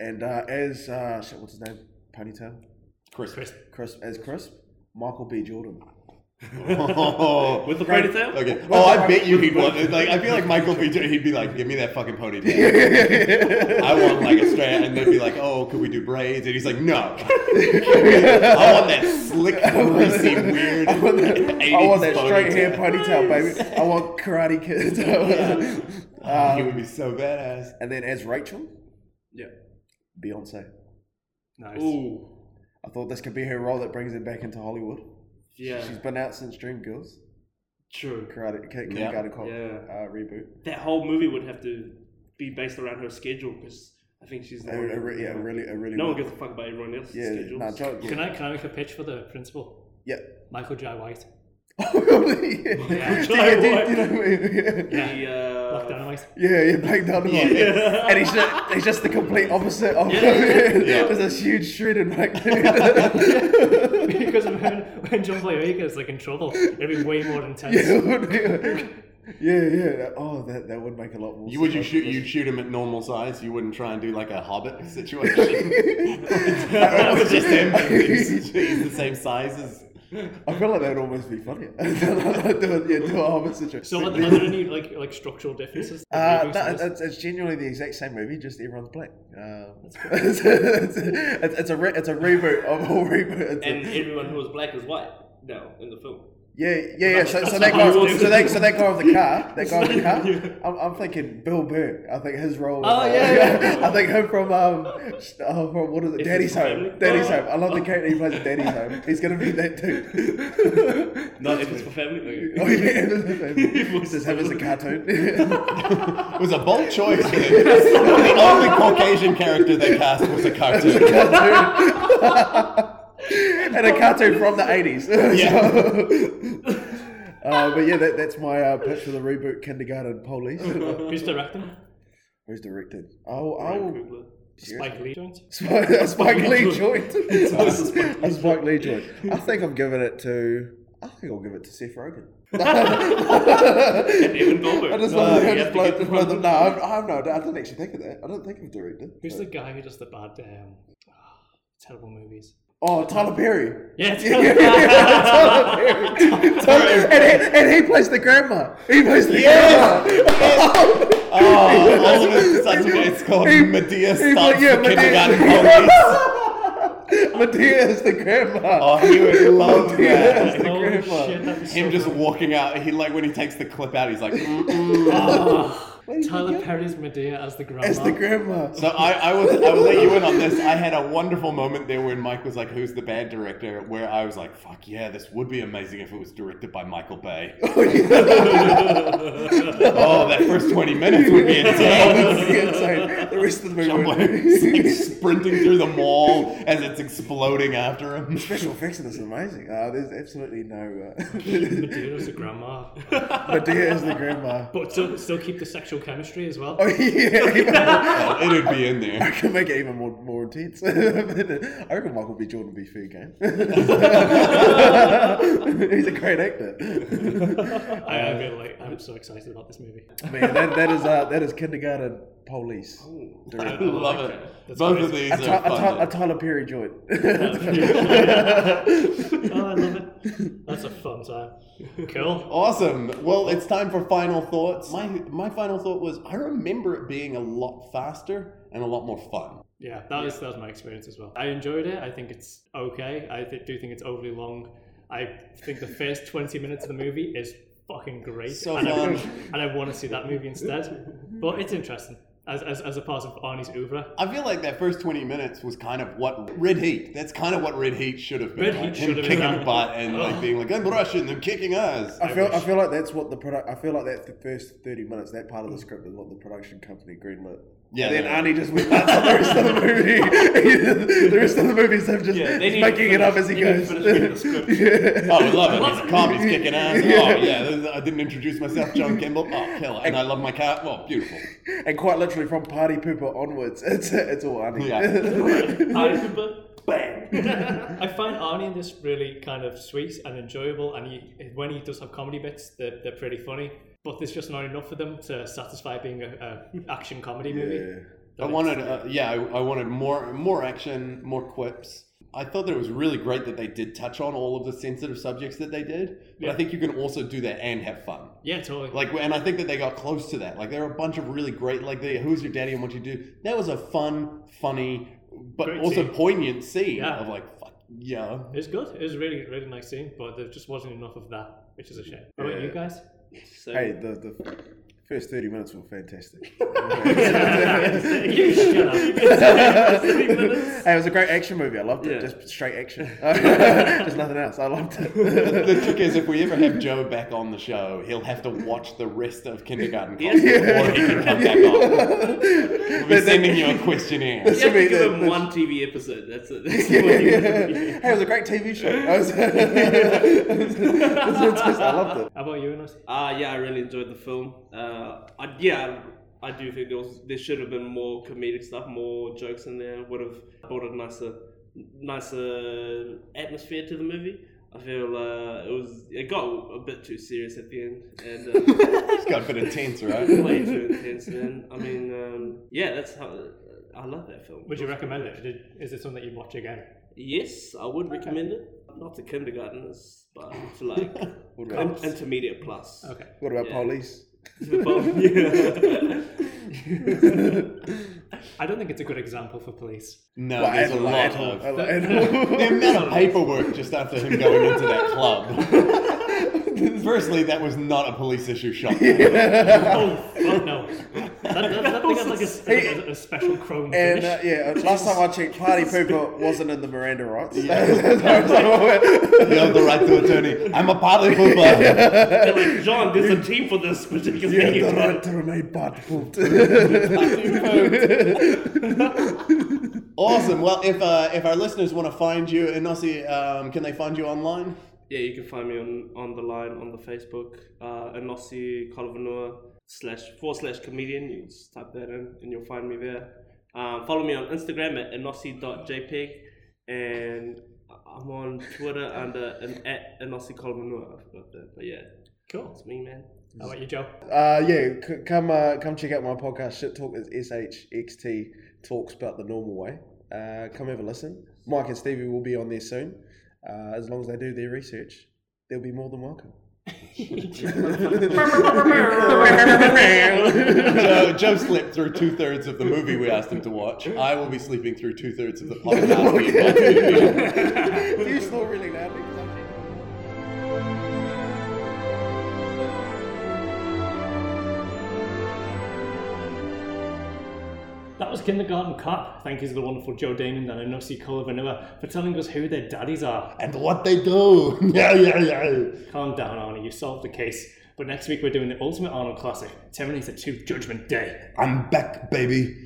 and uh, as uh, shit, what's his name? Ponytail. Chris. Chris as Chris. Michael B. Jordan. Oh. With the Great. ponytail? Okay. Oh, I bet you he'd want. Like, I feel like Michael B. Jordan, He'd be like, "Give me that fucking ponytail. I want like a strand." And they'd be like, "Oh, could we do braids?" And he's like, "No. I want that slick, greasy, weird I want that, I want that 80s straight hair ponytail." ponytail, baby. I want Karate Kid. He um, would be so badass. and then as Rachel, Yeah. Beyonce. Nice. Ooh. I thought this could be her role that brings her back into Hollywood. Yeah. She's been out since Dreamgirls, True. Karate Ki- Kindergarten Cop Yeah. uh, reboot. That whole movie would have to be based around her schedule because I think she's the A, one- a re- Oh, yeah, really, a really. No one good- gives a fuck about everyone else's yeah, schedules. nah, John, yeah. Can I can I make a pitch for the principal? Yeah. Michael J. White. yeah. yeah, dude, you know what I mean? yeah. The, uh, Oh. Black Dynamite. Yeah, yeah, Black Dynamite. Yeah. And he's just, he's just the complete opposite of yeah, yeah. There's this huge shred in Black Dynamite. because of when, when John Boyega is like in trouble, it'd be way more intense. yeah, it would be- yeah, yeah. that- Oh, that, that would make a lot more You would you sense. shoot you shoot him at normal size? You wouldn't try and do like a hobbit situation. that was just him. He's the same size as. I feel like that would almost be funnier. do, yeah, do a Hobbit situation. So are there, are there any like like structural differences? Uh, Maybe no, some- it's, it's- it's genuinely the exact same movie, just everyone's black. Um, cool. it's, it's, it's, it's a re- it's a reboot of all reboots. It's a- and everyone who was black is white now in the film. yeah, yeah, yeah. So, so that what guy, I was so doing. that, so that guy with the car, that guy with the car. I'm, I'm thinking Bill Burr. I think his role. Oh, yeah, I think him from um, oh, from what is it? Is Daddy's this my Home. family? Daddy's Oh. Home. I love the character he plays. in Daddy's Home. He's gonna be that dude. Not if it's for family. okay. Oh yeah, just have it as a cartoon. It was a bold choice. for them. the only Caucasian character they cast was a cartoon. and a cartoon from the eighties. Yeah. uh, but yeah, that, that's my uh, pitch for the reboot Kindergarten Police. Who's directing? Who's directed? Oh, oh, Spike Lee joint. Spike, a Spike Lee joint. a Spike Lee joint. I think I'm giving it to. I think I'll give it to Seth Rogen. Evan Goldberg. I just No, love you I have just to blow, get the just blow them. No, I, I, no, I didn't actually think of that. I didn't think of directed. Who's the guy who does the bad, um, ah, terrible movies? Oh, Tyler Perry. Yeah, it's Yeah, yeah, Tyler Perry. Tyler- and, he, and he plays the grandma. He plays the grandma. Oh, all of it such a it's called He- Medea he Stubbs play- yeah, for Medea- Kindergarten Police. Medea is the grandma. Oh, he would love Medea is that. the oh grandma. shit, that'd be so Him just good. walking out, he like when he takes the clip out, he's like. Mm-mm. Ah, Where did you Tyler get- Perry's Medea as the grandma. It's the grandma. So I, I was I will let you in on this. I had a wonderful moment there when Mike was like, "Who's the bad director?" Where I was like, "Fuck yeah, this would be amazing if it was directed by Michael Bay." oh, that first twenty minutes would be Honestly, intense. insane. The rest of the movie. John Boyega's, like sprinting through the mall as it's exploding after him. Special effects in this is amazing. Uh, there's absolutely no. Uh, Medea as the grandma. Medea is the grandma. But still, still keep the sexual chemistry as well. Oh yeah, yeah. Oh, it'd be in I there. can make it even more more intense. I reckon Michael B. Jordan would be fair game. He's a great actor. I, I feel like I'm so excited about this movie. Man, that, that is uh, that is kindergarten police. I love it. Both of these A, are Ty- a, Ty- a fun. Tyler Perry joint. Oh, I love it. That's a fun time. Cool. Awesome. Well, it's time for final thoughts. My my final thought was I remember it being a lot faster and a lot more fun. Yeah, that was that was my experience as well. I enjoyed it. I think it's okay. I th- do think it's overly long. I think the first twenty minutes of the movie is fucking great, So and, I, fun. and I want to see that movie instead. But it's interesting. as, as, as a part of Arnie's oeuvre. I feel like that first 20 minutes was kind of what Red Heat. That's kind of what Red Heat should have been. Red like, Heat him should have kicking been that. a butt and like being like, I'm Russian, they're kicking us. I feel, I feel like that's what the product. I feel like that the first thirty minutes, that part of the script is what the production company greenlit. Yeah, And then yeah. Arnie just went nuts on the rest of the movie. the rest of the movie is him just Yeah, they he's need to making it up finish- as he they need goes. to finish reading the Oh, I love it. It's comedy's kicking ass. Oh, Yeah. yeah. this is- I didn't introduce myself, John Kimball. Oh, killer. And I love my cat. Oh, beautiful. and quite literally from Party Pooper onwards, it's it's all Arnie. Yeah. I remember, bang. I find Arnie in this really kind of sweet and enjoyable, and he, when he does have comedy bits, they're, they're pretty funny. But there's just not enough of them to satisfy being a, a action comedy movie. Yeah. I wanted, uh, yeah, I, I wanted more, more action, more quips. I thought that it was really great that they did touch on all of the sensitive subjects that they did, but Yeah. I think you can also do that and have fun. Yeah, totally. Like, and I think that they got close to that. Like, there were a bunch of really great, like, the "Who's Your Daddy and What You Do." That was a fun, funny, but Great also scene. poignant scene Yeah. of like, "Fuck yeah." it was good. It was a really, really nice scene, but there just wasn't enough of that, which is a shame. What about you guys? So, Hey, the the first thirty minutes were fantastic. you shut up. hey, it was a great action movie. I loved it. Yeah. Just straight action. Just nothing else. I loved it. The trick is, if we ever have Joe back on the show, he'll have to watch the rest of Kindergarten Cop Yes. before he can come back on. We'll We're sending you a questionnaire. you have to Sorry, give the- him the- one TV episode. That's it. That's Yeah, all you yeah, have to do. yeah. Hey, it was a great TV show. I, was, I loved it. How about you, Enos? Ah, yeah, I really enjoyed the film. Uh, I, yeah, I do think there was there should have been more comedic stuff, more jokes in there. Would have brought a nicer, nicer atmosphere to the movie. I feel uh, it was it got a bit too serious at the end and uh, It's got a bit intense, right? way too intense. Man, I mean, um, yeah, that's how I love that film. Would you recommend it? Did- Is it something you'd watch again? Yes, I would recommend it. Not to kindergartners, but to like in- intermediate plus. Okay. What about Yeah. police? Yeah. I don't think it's a good example for police. No, Like, there's a and- lot and- of. and- The amount of paperwork just after him going into that club. Firstly, that was not a police issue shot. Oh, fuck no. That, that, that thing has like a, a, a special chrome And uh, finish. yeah, last time I checked, Party Pooper wasn't in the Miranda rights. You have the right to attorney. I'm a party pooper. They're like, John, there's a team for this particular thing. the right to remain bad Awesome. Well, if uh, if our listeners want to find you, Inossi, um, can they find you online? Yeah, you can find me on, on the line on the Facebook, uh, Anossi Kalavanua slash forward slash comedian. You just type that in and you'll find me there. Um, follow me on Instagram at anossi.jpg and I'm on Twitter under an, at Anossi Kalavanua. I forgot that, but yeah, Cool. that's me, man. How about you, Joe? Uh, yeah, c- come uh, come check out my podcast. Shit Talk is SHXT Talks about the normal way. Uh, come have a listen. Mike and Stevie will be on there soon. Uh, as long as they do their research, they'll be more than welcome. Joe, Joe slept through two thirds of the movie we asked him to watch. I will be sleeping through two thirds of the podcast. we invited you to. you snore really loudly? That was Kindergarten Cop. Thank you to the wonderful Joe Damon and Anossi Kolavanua for telling us who their daddies are. and what they do. Yeah, yeah, yeah. Calm down, Arnie. You solved the case. But next week we're doing the ultimate Arnold classic, Terminator 2 Judgment Day. I'm back, baby.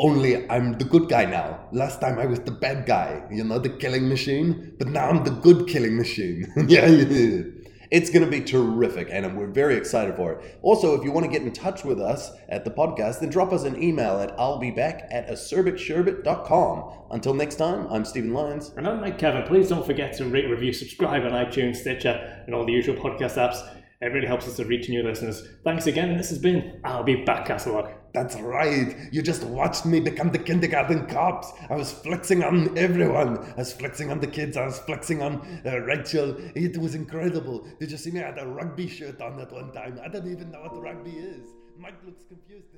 Only I'm the good guy now. Last time I was the bad guy, you know, the killing machine. But now I'm the good killing machine. yeah, yeah. It's going to be terrific, and we're very excited for it. Also, if you want to get in touch with us at the podcast, then drop us an email at I'll be back at acerbicsherbet.com. Until next time, I'm Stephen Lyons. And I'm Mike Kevin. Please don't forget to rate, review, subscribe on iTunes, Stitcher, and all the usual podcast apps. It really helps us to reach new listeners. Thanks again, and this has been I'll Be Back Catalogue. That's right. You just watched me become the kindergarten cops. I was flexing on everyone. I was flexing on the kids. I was flexing on uh, Rachel. It was incredible. Did you see me? I had a rugby shirt on at one time. I don't even know what rugby is. Mike looks confused.